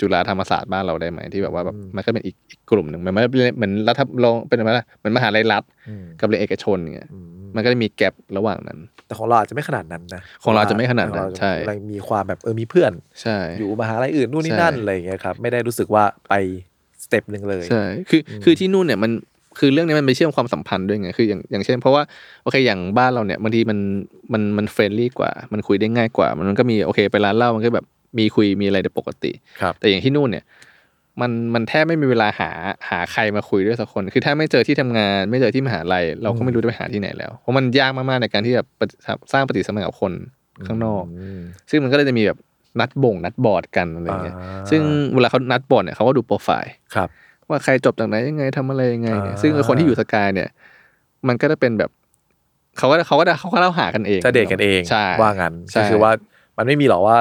จุฬาธรรมศาสตร์บ้านเราได้ไหมที่แบบว่าแบบมันก็เป็นอีกอีกกลุ่มหนึ่งมันไม่เหมือนรัฐลงเป็นอะไรล่ะเหมือนมหาลัยรัฐ
อืม
กับเรียนเอกชนอย่างเงี้ย
อืม
มันก็จะมีแกลบระหว่างนั้น
แต่ของเราอาจจะไม่ขนาดนั้นนะ
ของเราอาจจะไม่ขนาดนั้
ข
น
องเร
ใช่
ยังมีความแบบเออมีเพื่อน
ใช่
อยู่มหาลัยอื่นนู่นนี่นั่น
ใช่
อะไรอย่างเงี้ยครับไม่ได้รู้สึกว่าไปสเต็ปหนึ่งเลย
ใช่ คือ คือที่นู่นเนี่ยมัน คือเรื่องนี้มันไปเชื่อมความสัมพันธ์ด้วยไง คืออย่าง อย่างเช่น เพราะว่า โอเค อย่างบ้านเราเนี่ยบางทีมัน มัน มันเฟรนลี่กว่า มันคุยได้ง่ายกว่า มันก็มี โอเค ไปร้านเหล้ามันก็แบบ มีคุย มีอะไรได้ปกติ
ครับ
แต่อย่างที่นู่นเนี่ย มัน มันแทบไม่มีเวลาหา หาใครมาคุยด้วยสักคน คือถ้าไม่เจอที่ทำงาน ไม่เจอที่มหาลัย เราก็ไม่รู้จะไปหาที่ไหนแล้ว เพราะมันยากมากๆในการที่จะปฏิสร้างปฏิสัมพันธ์กับคนข้างนอก
อืม
ซึ่งมันก็เลยจะมีแบบนัดบ่งนัดบอร์ดกันอะไรอย่างเงี้ย
อ่า
ซึ่งเวลาเขานัดบอร์ดเนี่ยเขาก็ดูโปรไฟล์
ครับ
ว่าใครจบจากไหนยังไงทำอะไรยังไงเนี่ย
อ่า
ซึ่งคนที่อยู่สกายเนี่ย มันก็จะเป็นแบบเขาก็เขาก็จะเขาก็เล่าหากันเอง
จะเดทกันเอง
ใช่
ว่างั้น
ใช่
ก็คือว่ามันไม่มีหรอกว่า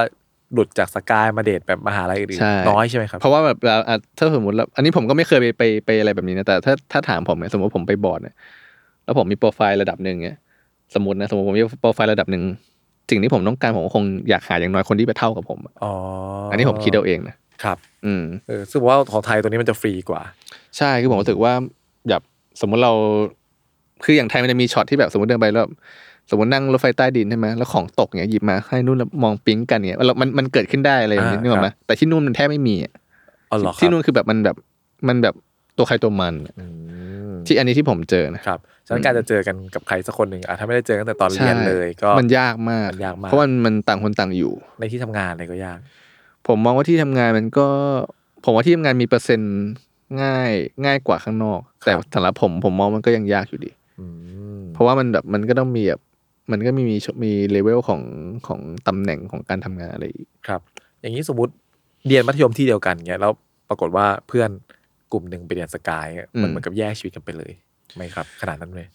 หลุดจากสกายมาเดทแบบมหาลัยอื่น
ใช่
น้อยใช่ไหมครับ
เพราะว่าแบบเราอ่ะถ้าสมมติเราอันนี้ผมก็ไม่เคยไปไปไปอะไรแบบนี้นะแต่ถ้าถ้าถามผมเนี่ยสมมติผมไปบอร์ดเนี่ยแล้วผมมีโปรไฟล์ระดับหนึ่งเนี่ยสมมตินะสมมติผมมีโปรไฟล์ระดับหนึ่งสิ่งที่ผมต้องการผมก็คงอยากหาอย่างน้อยคนที่ไปเท่ากับผมอะ
อ๋ออั
อันนี้ผมคิดเอาเองนะครับ อืม
เออซึ่งผมว่าของไทยตัวนี้มันจะฟรีกว่า
ใช่คือผมรู้สึกว่าแบบสมมุติเราคืออย่างไทยมันจะมีช็อตที่แบบสมมติเดินไปแล้วสมมตินั่งรถไฟใต้ดินใช่ไหมแล้วของตกเนี่ยหยิบมาให้นู่นแล้วมองปิ๊งกันเนี่ยแล้วมันมันเกิดขึ้นได้อะไรอย่างนี้
อ่า
นึกออกไหมแต่ที่นู่นมันแทบไม่มีอะ
อ๋อเหรอครับ
ที่นู่นคือแบบมันแบบมันแบบตัวใครตัวมันอะ
อืม
ที่อันนี้ที่ผมเจอนะครับ
ฉะนั้นการจะเจอกันกับใครสักคนหนึ่งอ่ะถ้าไม่ได้เจอกันแต่ตอนเรียนเลยก็
มันยากมาก
มันยากมาก
เพราะมันมันต่างคนต่างอยู่
ในที่ทำงานเลยก็ยาก
ผมมองว่าที่ทำงานมันก็ ผมว่าที่ทำงานมีเปอร์เซ็นต์ง่ายง่ายกว่าข้างนอก แต่สำหรับผมผมมองมันก็ยังยากอยู่ดี
อืม
เพราะว่ามันแบบมันก็ต้องมีแบบมันก็มีมีมีเลเวลของของตำแหน่งของการทำงานอะไรอีก
ครับ อย่างนี้สมมติเรียนมัธยมที่เดียวกันเงี้ยแล้วปรากฏว่าเพื่อนกลุ่มหนึ่งไปเรียนสกายอะมันเหมือนกับแยกชีวิตกันไปเลยไหมครับ ขนาดนั้นเลย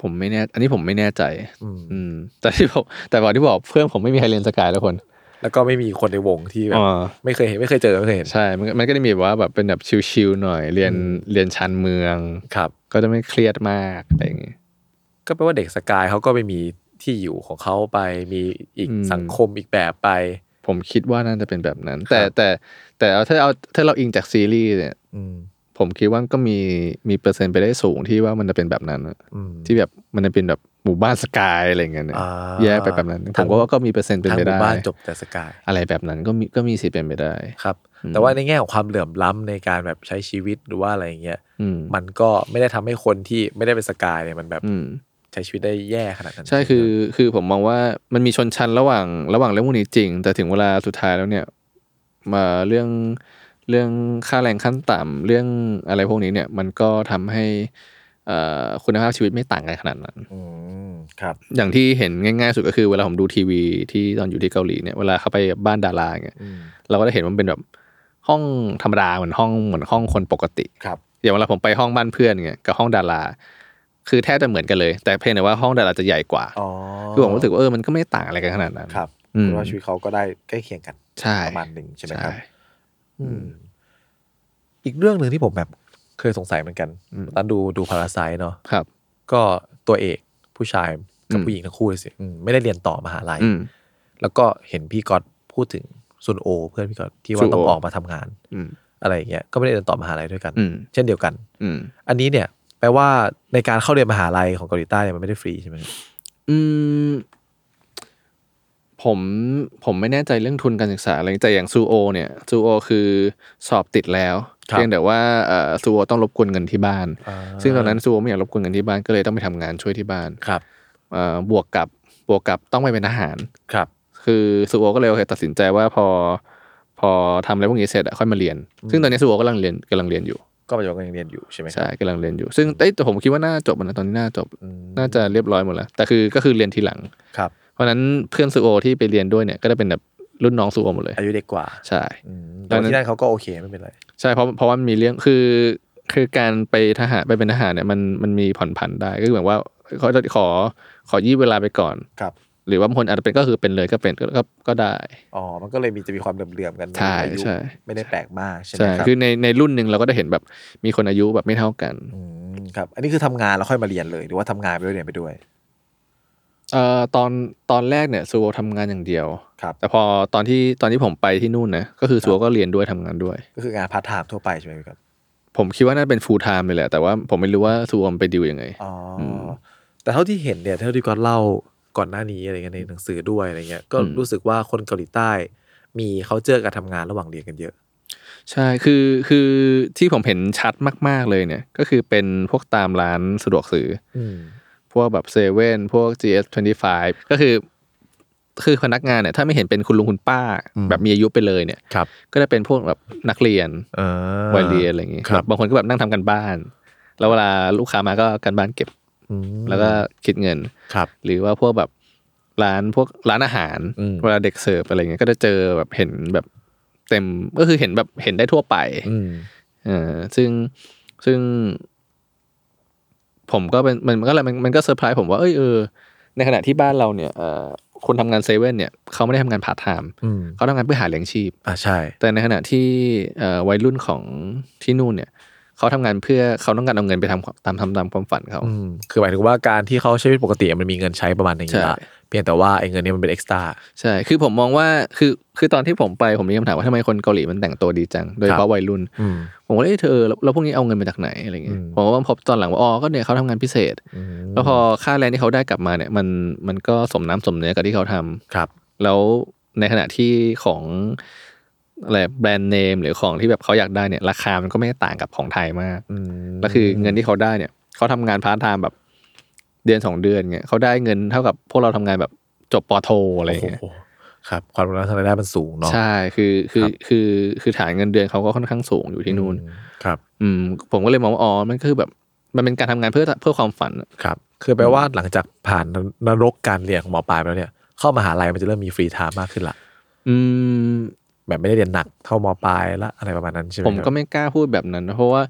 ผมไม่แน่อันนี้ผมไม่แน่ใจ
อืม
อืม แต่ที่ผมแต่บอกที่บอกเพื่อนผมไม่มีใครเรียนสกายแล้วคน
แล้วก็ไม่มีคนในวงที่แบบ
อ๋อ
ไม่เคยเห็นไม่เคยเจอไม่เคยเห็น
ใช่มันก็มันก็จะมีแบบว่าแบบเป็นแบบชิลๆหน่อย เรียนเรียนชันเมือง
ครับ
ก็จะไม่เครียดมากอะไรอย่างเงี้ย
ก็แปลว่าเด็กสกายเขาก็ไปมีที่อยู่ของเขาไปมีอีก
อืม
สังคมอีกแบบไป
ผมคิดว่าน่าจะเป็นแบบนั้น แต่
ครับ
แต่แต่เอาถ้าเอาถ้าเราอิงจากซีรีส์เนี่ย
อืม
ผมคิดว่าก็มีมีเปอร์เซ็นต์ไปได้สูงที่ว่ามันจะเป็นแบบนั้นอะ
อืม
ที่แบบมันจะเป็นแบบหมู่บ้านสกายอะไรอย่างเงี้ยเนี่ย
อ่า
แย่ไปแบบนั้น
ทั้
ผ
ง
มก็ว่าก็มีเปอร์เซ็นต์เป็น
ทาง
ไป
หมู่
ได้
บ้านจบแต่สกาย
อะไรแบบนั้นก็มีก็มีสิทธิ์เป็นไปได้
ครับ แต่ว่าในแง่ของความเหลื่อมล้ำในการแบบใช้ชีวิตหรือว่าอะไรอย่างเงี้ย
อืม
มันก็ไม่ได้ทำให้คนที่ไม่ได้เป็นสกายเนี่ยมันแบบ
อืม
ใช้ชีวิตได้แย่ขนาดนั้น
ใช่คือคือผมมองว่ามันมีชนชั้นระหว่างระหว่างเรื่องพวกนี้จริง แต่ถึงเวลาสุดท้ายแล้วเนี่ยมาเรื่องเรื่องค่าแรงขั้นต่ำเรื่องอะไรพวกนี้เนี่ย มันก็ทำให้เอ่อคุณภาพชีวิตไม่ต่างกันขนาดนั้น
อืมครับ
อย่างที่เห็นง่ายๆสุดก็คือเวลาผมดูทีวีที่ตอนอยู่ที่เกาหลีเนี่ยเวลาเขาไปบ้านดาราเนี่ย
อืม
เราก็ได้เห็นว่ามันเป็นแบบห้องธรรมดาเหมือนห้องเหมือนห้องคนปกติ
ครับ
อย่างเวลาผมไปห้องบ้านเพื่อนเงี้ยกับห้องดารา คือแทบจะเหมือนกันเลย แต่เพียงแต่ว่าห้องดาราจะใหญ่กว่า
อ๋อ
คือผมรู้สึกว่าเออมันก็ไม่ต่างอะไรกันขนาดนั้น
ครับ
อืม
ณว่าชีวิตเขาก็ได้ใกล้เคียงกัน
ใช่
ประมาณหนึ่งใช่ไหมครับ
ใช่
อืมอีกเรื่องหนึ่งที่ผมแบบเคยสงสัยเหมือนกัน
อืม
ตอนดูดูพาราไซเนาะ
ครับ
ก็ตัวเอกผู้ชายกับ
อืม
ผู้หญิงทั้งคู่เลยสิอืมไม่ได้เรียนต่อมหาลัย
อืม
แล้วก็เห็นพี่ก๊อตพูดถึงซุนโอ เพื่อนพี่ก๊อตที่ว่า
ซุนโอ
ต้องออกมาทำงาน
อืม
อะไรอย่างเงี้ยก็ไม่ได้เรียนต่อมหาลัยด้วยกัน
อืม
เช่นเดียวกัน
อืม
อันนี้เนี่ย แปลว่าในการเข้าเรียนมหาลัยของเกาหลีใต้เนี่ยมันไม่ได้ฟรีใช่ไหม
อืม ผมผมไม่แน่ใจเรื่องทุนการศึกษาอะไรแต่อย่างซูโอเนี่ยซูโอคือสอบติดแล้วเพียงแต่ว่าเอ่อซูโอต้องรบกวนเงินที่บ้าน ซึ่งตอนนั้นซูโอไม่อยากรบกวนเงินที่บ้านก็เลยต้องไปทำงานช่วยที่บ้าน
ครับ
เอ่อบวกกับบวกกับต้องไปเป็นทหาร
ครับ
คือสุโอก็เลยโอเคตัดสินใจว่าพอ พอทำอะไรพวกนี้เสร็จอะค่อยมาเรียน ซึ่งตอนนี้สุโอกำลังเรียนกำลังเรียนอยู่
ก็ปัจจุบันก็ยังเรียนอยู่ใช่ไหมครับ
ใช่กำลังเรียนอยู่ ซึ่งเอ้ยแต่ผมคิดว่าน่าจบแล้วนะตอนนี้น่าจบ
อืม
น่าจะเรียบร้อยหมดแล้ว แต่คือก็คือเรียนทีหลัง
ครับ
เพราะฉะนั้นเพื่อนสุโอที่ไปเรียนด้วยเนี่ยก็จะเป็นแบบรุ่นน้องสุโอหมดเลย
อายุเด็กกว่า
ใช่
อืมแต่ว่าที่นั่นเขาก็โอเคไม่เป็นไร
ใช่เพราะเพราะว่ามันมีเรื่องคือคือการไปทหารไปเป็นทหารเนี่ยมันมันมีผ่อนผันได้ก็คือแบบว่าเขาจะขอขอยืดเวลาไปก่อน
ครับ
หรือว่าบางคนอาจจะเป็นก็คือเป็นเลยก็เป็นก็ก็ก็ได้
อ๋อ มันก็เลยมีจะมีความเหลื่อมๆกันใน
ใช่
อายุ
ใช่
ไม่ได้แปลกมากใช่ไหม
ใช่
ครับ
คือในในรุ่นหนึ่งเราก็ได้เห็นแบบมีคนอายุแบบไม่เท่ากัน
มครับ อันนี้คือทำงานแล้วค่อยมาเรียนเลย หรือว่าทำงานไปด้วยเรียนไปด้วย
เอ่อตอนตอนแรกเนี่ยซูโวทำงานอย่างเดียว
ครับ
แต่พอตอนที่ตอนที่ผมไปที่นู่นนะก็คือซูโวก็เรียนด้วยทำงานด้วย
ก็คืองานพาร์ทไทม์ทั่วไปใช่ไหมพี่ครับ
ผมคิดว่าน่าเป็นฟูลไทม์เลยแหละ แต่ว่าผมไม่รู้ว่าซูโวมันไปดิวยังไง
อ๋ออ
ม
แต่เท่าที่เห็นเนี่ยเท่าที่ก็เล่าก่อนหน้านี้อะไรเงี้ยในหนังสือด้วยอะไรเงี้ยก็
อืม
รู้สึกว่าคนเกาหลีใต้ มีเขาเจอการทำงานระหว่างเรียนกันเยอะ
ใช่คือคือที่ผมเห็นชัดมาก ๆเลยเนี่ย ก็คือเป็นพวกตามร้านสะดวกซื้อ
อืม
พวกแบบเซเว่นพวก GS 25ก็คือ คือพนักงานเนี่ย ถ้าไม่เห็นเป็นคุณลุงคุณป้า
อืม
แบบมีอายุไปเลยเนี่ย
ครับ
ก็จะเป็นพวกแบบนักเรียน
เออ
วัยเรียนอะไรอย่างงี้
ครับ
บางคนก็แบบนั่งทำกันบ้าน แล้วเวลาลูกค้ามาก็กันบ้านเก็บ
อืม
แล้วก็คิดเงิน
ครับ
หรือว่าพวกแบบร้านพวกร้านอาหาร
อืม
เวลาเด็กเสิร์ฟอะไรเงี้ยก็จะเจอแบบเห็นแบบเต็มก็คือเห็นแบบเห็นได้ทั่วไป
อืม
เออซึ่งซึ่ง ผมก็เป็นมันมันก็เลยมันมันก็เซอร์ไพรส์ผมว่าเอ้ยเออในขณะที่บ้านเราเนี่ยเอ่อคนทำงานเซเว่นเนี่ยเขาไม่ได้ทำงานพาร์ทไทม์
อืม
เขาทำงานเพื่อหาเลี้ยงชีพ
อ่าใช่
แต่ในขณะที่เอ่อวัยรุ่นของที่นู่นเนี่ยเขาทำงานเพื่อเขาต้องการเอาเงินไปทำตามทำตามความฝันเขา
อืมคือหมายถึงว่าการที่เขาใช้ชีวิตปกติมันมีเงินใช้ประมาณหนึงอยู่ละ
ใช่
เพียงแต่ว่าไอ้เงินเนี้มันเป็นเอ็กซ์ตร้า
ใช่ คือผมมองว่า คือ คือตอนที่ผมไป ผมมีคำถามว่าทำไมคนเกาหลีมันแต่งตัวดีจัง โดยเฉพาะวัยรุ่น
อืม
ผมก็เลยเอ้ยเธอแล้วแล้วพวกนี้เอาเงินมาจากไหนอะไรเงี้ย
อืม
ผมว่าพบตอนหลังว่า อ๋อ ก็เนี่ยเขาทำงานพิเศษ แล้วพอค่าแรงที่เขาได้กลับมาเนี่ย มัน มันก็สมน้ำสมเนื้อกับที่เขาทำ
ครับ
แล้วในขณะที่ของอะไรแบรนด์เนมหรือของที่แบบเขาอยากได้เนี่ย ราคามันก็ไม่ได้ต่างกับของไทยมาก
อืม
แล้วคือเงินที่เขาได้เนี่ย เขาทำงานพาร์ทไทม์แบบเดือนสองเดือนเงี้ย เขาได้เงินเท่ากับพวกเราทำงานแบบจบปอโทอะไรเงี้ย
โโหครับ ความรู้ทางรายได้มันสูงเนาะ
ใช่ คือ คื
ค
อ
รับ
คือ คือฐานเงินเดือนเขาก็ค่อนข้างสูงอยู่ที่นู่น
อืมครับ
อืม ผมก็เลยมองว่า อ๋อ มันก็คือแบบ มันเป็นการทำงานเพื่อ เพื่อความฝันอะ
ครับ คือแปลว่าหลังจากผ่านนรกการเรียนของหมอปลายไปแล้วเนี่ย เข้ามหาลัยมันจะเริ่มมีฟรีไทม์มากขึ้นละ
อืม
แบบไม่ได้เรียนหนักเท่ามอปลายละอะไรประมาณนั้นใช่ไหม
ผมก็ไม่กล้าพูดแบบนั้นนะเพราะว่า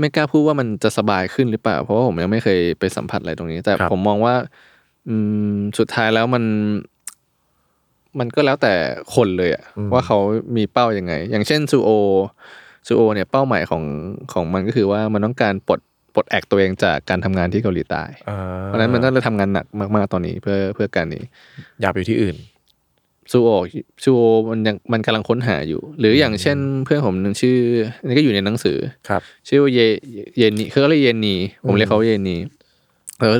ไม่กล้าพูดว่ามันจะสบายขึ้นหรือเปล่า เพราะว่าผมยังไม่เคยไปสัมผัสอะไรตรงนี้ แต่ผมมองว่า อืม สุดท้ายแล้วมัน มันก็แล้วแต่คนเลยอะว่าเขามีเป้ายังไง อย่างเช่นซูโอซูโอเนี่ยเป้าหมายของของมันก็คือว่ามันต้องการปลดปลดแอกตัวเองจากการทำงานที่เกาหลีใต้
เออ
เพราะฉะนั้นมันก็เลยทำงานหนักมากๆตอนนี้เพื่อเพื่อการนี้
อยากไปอยู่ที่อื่น
ซูโอซูโอมันยังมันกำลังค้นหาอยู่ หรืออย่างเช่นเพื่อนผมหนึงชื่ออันนี่ก็อยู่ในหนังสือ
ครับ
ชื่อว่าเยเยนีเขาเรียกเยนีผมเรียกเขาว่าเยนีเขา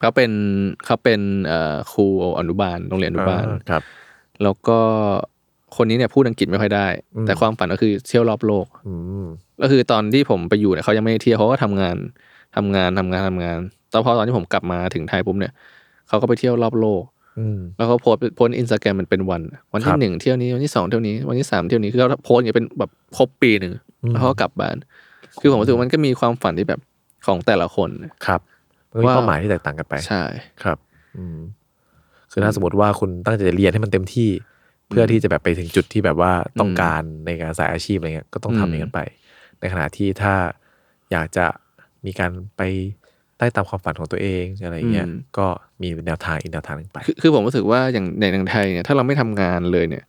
เขาเป็นเขาเป็นเอ่อครูอนุบาลโรงเรียนอนุบาล
เออครับ
แล้วก็คนนี้เนี่ยพูดอังกฤษไม่ค่อยได้
อืม
แต่ความฝันก็คือเที่ยวรอบโลก
อืม
ก็คือตอนที่ผมไปอยู่เนี่ยเขายังไม่ได้เที่ยวเขาก็ทำงานทำงานทำงานทำงานแต่พอตอนที่ผมกลับมาถึงไทยปุ๊บเนี่ยเขาก็ไปเที่ยวรอบโลก
อืม
แล้วเขาโพสต์โพสอินสตาแกรมมันเป็นวัน วัน
ครั
ที่
บ
หนึ่งเที่ยวนี้วันที่สองเที่ยวนี้วันที่สามเที่ยวนี้คือเขาโพสต์อย่างเงยเป็นแบบครบปีหนึ่ง
อืม
แล้วเขาก็กลับบ้าน คือผมรู้สึกว่ามันก็มีความฝันที่แบบของแต่ละคน
ครับมันก็มี
ว่า
เป้าหมายที่แตกต่างกันไป
ใช่
ครับ อืม คือถ้าสมมติว่าคุณตั้งใจจะเรียนให้มันเต็มที่ เพื่อที่จะแบบไปถึงจุดที่แบบว่าต้องการในการสายอาชีพอะไรเงี้ย ก็ต้องทำอย่างนั้นไป ในขณะที่ถ้าอยากจะมีการไปได้ตามความฝันของตัวเองอะไรเงี้ย ก็มีแนวทางอีกแนวทางหนึ่งไป
คือคือผมรู้สึกว่าอย่างในทางไทยเนี่ยถ้าเราไม่ทำงานเลยเนี่ย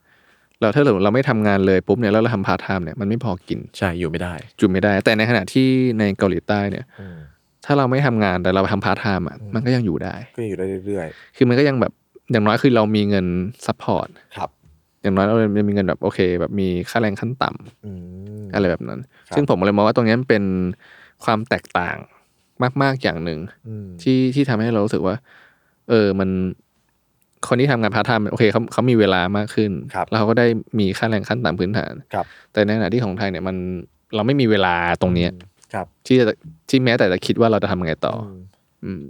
เราถ้าเราเราไม่ทำงานเลยปุ๊บเนี่ยแล้วเราทำพาร์ทไทม์เนี่ยมันไม่พอกิน
ใช่ อยู่ไม่ได้
จุไม่ได้ แต่ในขณะที่ในเกาหลีใต้เนี่ย
อืม
ถ้าเราไม่ทำงานแต่เราไปทำพาร์ทไทม์อ่ะมันก็ยังอยู่ได้
ก็อยู่ได้เรื่อย
คือมันก็ยังแบบอย่างน้อยคือเรามีเงินซัพพอร์ต
ๆ ครับ
อย่างน้อยเรายังมีเงินแบบโอเค แบบมีค่าแรงขั้นต่ำ
อืม
อะไรแบบนั้น
ครับ
ซึ่งผมเลยมองว่าตรงนี้มันเป็นความแตกต่างมาก ๆอย่างหนึ่ง
อืม
ที่ที่ทำให้เรารู้สึกว่า เออมันคนที่ทำงานพาร์ทไทม์โอเคเขาเขามีเวลามากขึ้น
ครับ
แล้วเขาก็ได้มีค่าแรงขั้นต่ำพื้นฐาน
ครับ
แต่ในขณะที่ของไทยเนี่ยมันเราไม่มีเวลาตรงเนี้ย
ครับ
ที่จะที่แม้แต่จะคิดว่าเราจะทำยังไงต่อออืม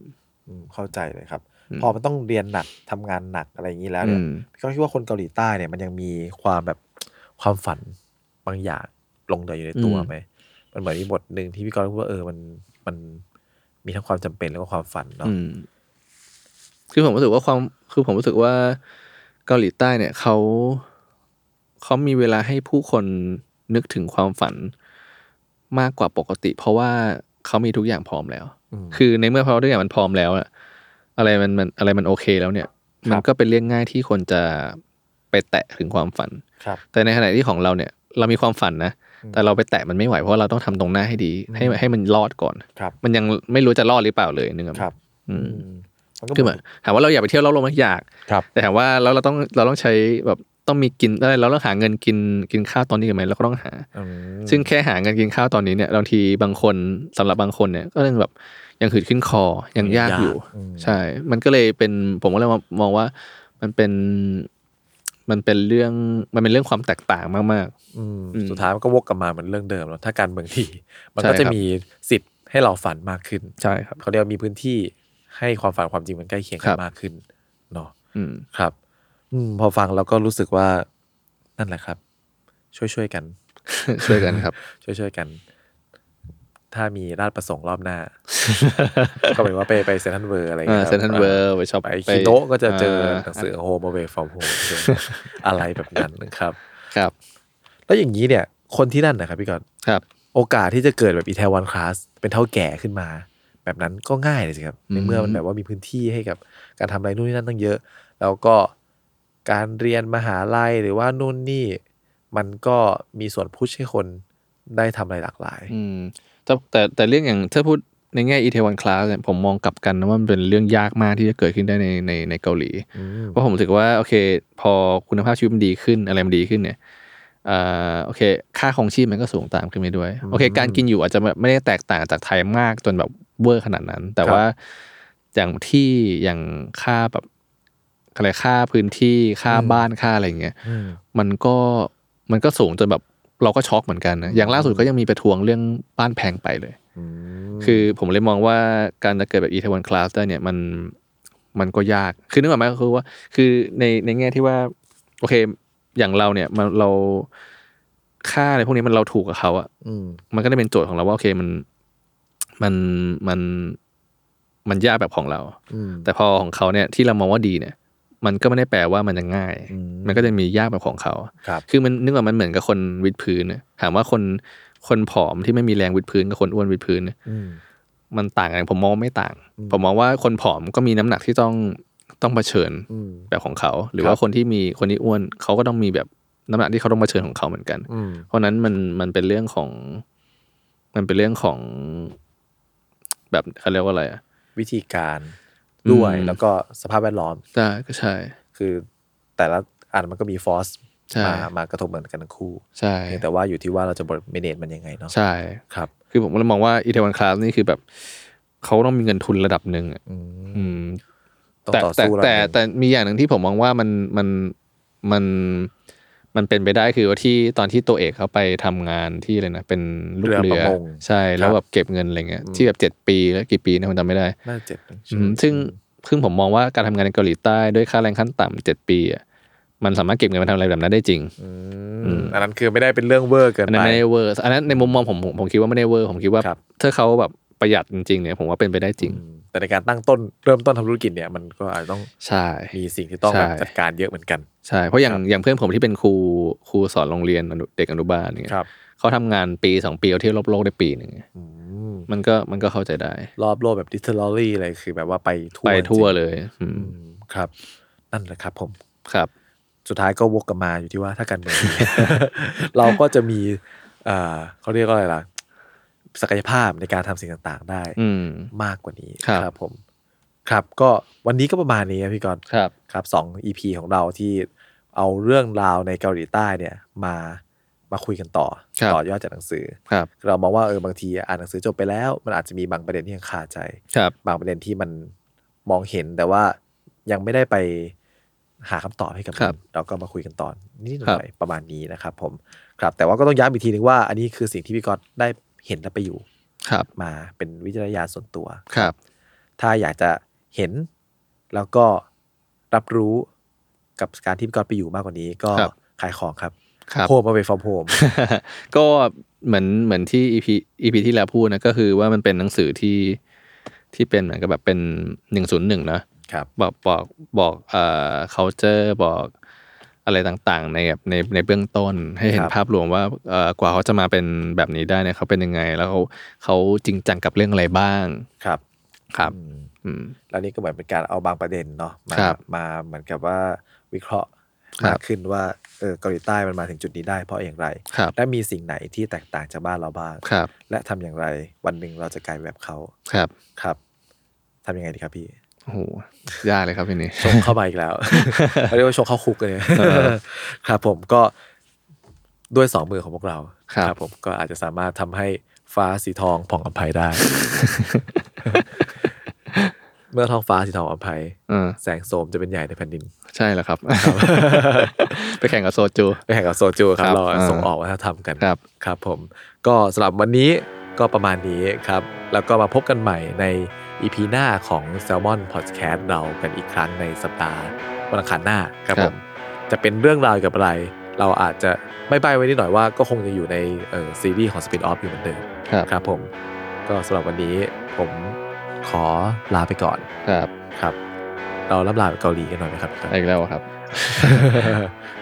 อืมเข้าใจเลยครับ
อืม
พอมันต้องเรียนหนักทำงานหนักอะไรอย่างนี้แล้วเนี่ย
อืม
ก็คิดว่าคนเกาหลีใต้เนี่ยมันยังมีความแบบความฝันบางอย่างหลงเหลืออยู่ในตัวไหมมันเหมือนมีบทหนึ่งที่พี่กรณ์พูดว่าเออมันมันมีทั้งความจำเป็นแล้วก็ความฝันเนาะ
อืมคือผมรู้สึกว่าความคือผมรู้สึกว่าเกาหลีใต้เนี่ยเขาเขามีเวลาให้ผู้คนนึกถึงความฝันมากกว่าปกติ เพราะว่าเขามีทุกอย่างพร้อมแล้ว คือในเมื่อพอทุกอย่างมันพร้อมแล้วอะอะไรมันมันอะไรมันโอเคแล้วเนี่ย มันก็เป็นเรื่องง่ายที่คนจะไปแตะถึงความฝัน
ครับ
แต่ในขณะที่ของเราเนี่ย เรามีความฝันนะแต่เราไปแตะมันไม่ไหวเพราะว่าเราต้องทำตรงหน้าให้ดี ให้ให้มันรอดก่อน
ครับ
มันยังไม่รู้จะรอดหรือเปล่าเลยนึกออกไหม
ครับ
อืม
อืม มันก็
คือแบบถามว่าเราอยากไปเที่ยวเราลงไหมอยาก
ครับ
แต่ถามว่าแล้วเราต้องเราต้องใช้แบบต้องมีกินอะไรเราต้องหาเงินกินกินข้าวตอนนี้กันไหมเราก็ต้องหา
อืม
ซึ่งแค่หาเงินกินข้าวตอนนี้เนี่ยบางทีบางคนสำหรับบางคนเนี่ยก็ยังแบบยังหืดขึ้นคอยังยากอยู่ ใช่ มันก็เลยเป็นผมก็เลยมองว่ามันเป็นมันเป็นเรื่องมันเป็นเรื่องความแตกต่างมาก
อืม
อืม
สุดท้ายมันก็วกกลับมาเหมือนเรื่องเดิมแล้วถ้าการเมืองที่ มันก็
ใช่
จะ
ครับ
มีสิทธิ์ให้เราฝันมากขึ้น
ๆ ใช่ครับ
เขาเรียกว่ามีพื้นที่ให้ความฝันความจริงมันใกล้เคียง
ค
กั
รั
น
บ
มากขึ้นเนาะ
อืม
ครับ อืมพอฟังเราก็รู้สึกว่านั่นแหละครับ ช่วยช่วยๆกัน
ช่วยกันครับ
ช่วยช่วยๆกัน ถ้ามีราชประสงค์รอบหน้า ก็หมายว่าไปไปเซนทันเวอร์อะไรอย่างเงี้ยค
เซ
รั
นทันเวอร์ไปช็อป
ไปคิโนะก็จะเจอ
อ่า
หนังสือ Home Away from Home เจอ อะไรแบบนั้นนะครับ
ครับ
แล้วอย่างนี้เนี่ย คนที่นั่นนะครับพี่กอน
ครับ
โอกาสที่จะเกิดแบบอีเทวันคลาสเป็นเท่าแก่ขึ้นมา แบบนั้นก็ง่ายเลยสิครับ
อืม
ในเมื่อมันแบบว่ามีพื้นที่ให้กับการทำอะไรนู่นนี่นั่นตั้งเยอะ แล้วก็การเรียนมหาลัยหรือว่านู่นนี่ มันก็มีส่วนพุชให้คนได้ทำอะไรหลากหลาย
อืมแต่แต่แต่เรื่องอย่างถ้าพูดในแง่อีเทวันคลาสเนี่ยผมมองกลับกันนะว่ามันเป็นเรื่องยากมากที่จะเกิดขึ้นได้ในในในเกาหลี
อืม
เพราะผมรู้สึกว่าโอเค พอคุณภาพชีวิตมันดีขึ้นอะไรมันดีขึ้นเนี่ยอ่าโอเค ค่าของชีพมันก็สูงตามขึ้นไปด้วย โอเค การกินอยู่อาจจะไม่ได้แตกต่างจากไทยมากจนแบบเวอร์ขนาดนั้น แต่
ครับ
ว่าอย่างที่อย่างค่าแบบอะไรค่าพื้นที่ค่าบ้านค่าอะไรอย่างเงี้ย
อืม
มันก็มันก็สูงจนแบบเราก็ช็อกเหมือนกันนะอย่างล่าสุดก็ยังมีไปทวงเรื่องบ้านแพงไปเลย คือผมเลยมองว่าการจะเกิดแบบอีเทวันคลาสได้เนี่ยมันมันก็ยาก คือนึกออกไหมก็คือว่า คือในในแง่ที่ว่า โอเค อย่างเราเนี่ยมันเราค่าอะไรพวกนี้มันเราถูกกับเขาอะ
อืม
มันก็ได้เป็นโจทย์ของเราว่าโอเคมันมันมันมันยากแบบของเรา
อืม
แต่พอของเขาเนี่ยที่เรามองว่าดีเนี่ย มันก็ไม่ได้แปลว่ามันจะง่าย
อืม
มันก็จะมียากแบบของเขา
ครับ
คือมันนึกว่ามันเหมือนกับคนวิดพื้นน่ะถามว่าคนคนผอมที่ไม่มีแรงวิดพื้นกับคนอ้วนวิดพื้นน่ะ
อืม
มันต่างกันผมมองว่าไม่ต่าง ผมมองว่าคนผอมก็มีน้ำหนักที่ต้องต้องเผชิญ
อืม
แบบของเขา หรือ
ครับ
ว่าคนที่มีคนที่อ้วนเขาก็ต้องมีแบบน้ำหนักที่เขาต้องเผชิญของเขาเหมือนกัน
อืม
เพราะฉะนั้นมันมันเป็นเรื่องของ มันเป็นเรื่องของ แบบเขาเรียกว่าอะไรอ่ะ
วิธีการด้วย
อืม
แล้วก็สภาพแวดล้อม
ใช่ก็ใช่
คือแต่ละอันมันก็มีฟอส
ใช่
มามากระทบเหมือนกันทั้งคู่
ใช่
เพียงแต่ว่าอยู่ที่ว่าเราจะบริเมเนจมันยังไงเนาะ
ใช่
ครับ
คือผมก็เลยมองว่าอีเทวันคลาสนี่คือแบบเขาต้องมีเงินทุนระดับหนึ่งอะ
อืม
อืม
ต้อง
แต่
ต่อ
แต่
สู้
แต่แต่มีอย่างหนึ่งที่ผมมองว่ามันมันมันมันเป็นไปได้คือว่าที่ตอนที่ตัวเอกเขาไปทำงานที่อะไรนะเป็นลูก
เรือป
เรื
ระ
อ
มง
ใช่แล้
ค
ว
รับ
แบบเก็บเงินอะไรเงี้ยที่แบบเจ็ดปีแล้วกี่ปีนะผมจำไม่ได้
น่าจะเจ็บนะ
อืมซึ่งซึ่งผมมองว่าการทำงานในเกาหลีใต้ด้วยค่าแรงขั้นต่ำเจ็ดปีอะมันสามารถเก็บเงินมาทำอะไรแบบนั้นได้จริง
อืมอันนั้นคือไม่ได้เป็นเรื่องเวอร์เกิน
อันนั้น
ไป
ไม่ได้เวอร์อันนั้นในมุมมองผมผมผมคิดว่าไม่ได้เวอร์ผมคิดว่า
ครับ
ถ้าเขาแบบประหยัดจริงๆเนี่ยผมว่าเป็นไปได้จริง
อืมแต่ในการตั้งต้นเริ่มต้นทำธุรกิจเนี่ยมันก็อาจจะต้อง
ใช่
มีสิ่งที่ต้อง
ใช่
แบบจัดการเยอะเหมือนกัน
ใช่เพราะอย่าง
ครับ
อย่างเพื่อนผมที่เป็นครูครูสอนโรงเรียนอนุเด็กอนุบาลเนี่ย
ครับ
เขาทำงานปีสองปีเอาเที่ยวรอบโลกได้ปีหนึ่ง
อืม
มันก็มันก็เข้าใจได้
รอบโลกแบบดิจิทัลลี่อะไรคือแบบว่าไปทั่ว
ไปทั่ว
จริง
เลยอืม
อืมครับ นั่นแหละครับผม
ครับ
สุดท้ายก็วกกลับมาอยู่ที่ว่าถ้าการเมือง ดี เราก็จะมีเอ่อเขาเรียกว่าอะไรล่ะ ศักยภาพในการทำสิ่งต่างๆ ได้
อืม
มากกว่านี้
ครับ
ผม ครับ ก็วันนี้ก็ประมาณนี้ครับพี่กรณ์
ครับ
ครับสองอีพีของเราที่เอาเรื่องราวในเกาหลีใต้เนี่ย มามาคุยกันต่อ
ครับ
ต่อยอดจากหนังสือ
ครับ
เรามองว่าเออบางทีอ่านหนังสือจบไปแล้ว มันอาจจะมีบางประเด็นที่ยังคาใจ
ครับ
บางประเด็นที่มันมองเห็นแต่ว่ายังไม่ได้ไปหาคำตอบให้กับ
ครับ
มันเราก็มาคุยกันตอนนิดห
ครั
น่
บ
อยประมาณนี้นะครับผมครับแต่ว่าก็ต้องย้ำอีกทีนึงว่าอันนี้คือสิ่งที่พี่ก๊อตได้เห็นและไปอยู่
ครับ
มาเป็นวิจารณญาณส่วนตัว
ครับ
ถ้าอยากจะเห็นแล้วก็รับรู้กับการที่พี่ก๊อตไปอยู่มากกว่านี้ ก็
ครับ
ขายของครับ
ครับ
โฮมมาไปฟอร์มโฮม
ก็เหมือนเหมือนที่ EP EP ที่แล้วพูดนะก็คือว่ามันเป็นหนังสือที่ที่เป็นเหมือนกับแบบเป็นหนึ่งศูนย์หนึ่งนะครับ บอกบอกบอกเอ่อ culture บอกอะไรต่างๆ ในแบบในในเบื้องต้นให้
ค
เห็
น รับ
ภาพรวมว่าเอ่อกว่าเขาจะมาเป็นแบบนี้ได้เนี่ยเขาเป็นยังไง แล้วเขาเขาจริงจังกับเรื่องอะไรบ้าง
ครับ
ครับ
อืม
อืม
แล้วนี่ก็เหมือนเป็นการเอาบางประเด็นเนาะมา
ครับ
มาเหมือนกับว่าวิเคราะห์
ครั
มา
บ
กขึ้นว่าเออเกาหลีใต้มันมาถึงจุดนี้ได้เพราะอย่างไร
ครับ
และมีสิ่งไหนที่แตกต่างจากบ้านเราบ้าง
ครับ
และทำอย่างไรวันหนึ่งเราจะกลายเป็นแบบเขา
ครับ
ครับทำยังไงดีครับพี่
โอ้โหยากเลยครับพี่นี่
ชงเข้าไปอี กแล้ว เขาเรียกว่าชงเข้าคุกเลย
เออ
ครับผมก็ด้วยสองมือของพวกเรา
ครับ
ผมก็อาจจะสามารถทำให้ฟ้าสีทองผ่องอภัยได้ เมื่อท้องฟ้าสีทองอภัย
เออ
แสงโสมจะเป็นใหญ่ในแผ่นดิน
ใช่แล้ว ครับ ไปแข่งกับโซจู
ไปแข่งกับโซจูครั
ครับ บ
เรา
อ่า
ส่งออกวัฒนธรรมกัน
ครับ
ครับผมก็สำหรับวันนี้ก็ประมาณนี้ครับ แล้วก็มาพบกันใหม่ในอีพีหน้าของ s ซ l m o n Podcast เรากันอีกครั้งในสัปดาห์วันอังคารหน้าครับผมจะเป็นเรื่องราวเกยวกับอะไร เราอาจจะไม่ใบไว้นิดหน่อยว่าก็คงจะอยู่ในเอ่อซีรีส์ของ Spin Off อยู่เหมือนเดิม
ครับ
ครับผมก็สำหรับวันนี้ผมขอลาไปก่อน
ครับ
ครับ เราล่ำลาไปเกาหลีกันหน่อยไหมครับ
อีกแล้วครับ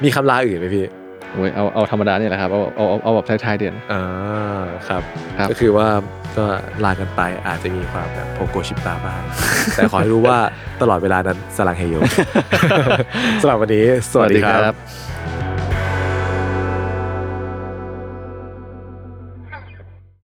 มีคำลาอื่นไหมพี่
โอ้ยเอาเอาธรรมดาเนี่ยแหละครับ เอาเอาเอาเอาแบบท้ายๆเดือน
อ่าครับ
ครับ
ก็คือว่าก็ลากันไปอาจจะมีความแบบโพโกชิปตาบ้าง แต่ขอ ให้รู้ว่าตลอดเวลานั้นสลังเฮโย สำหรับวันนี้ สวัสดีครับ
บ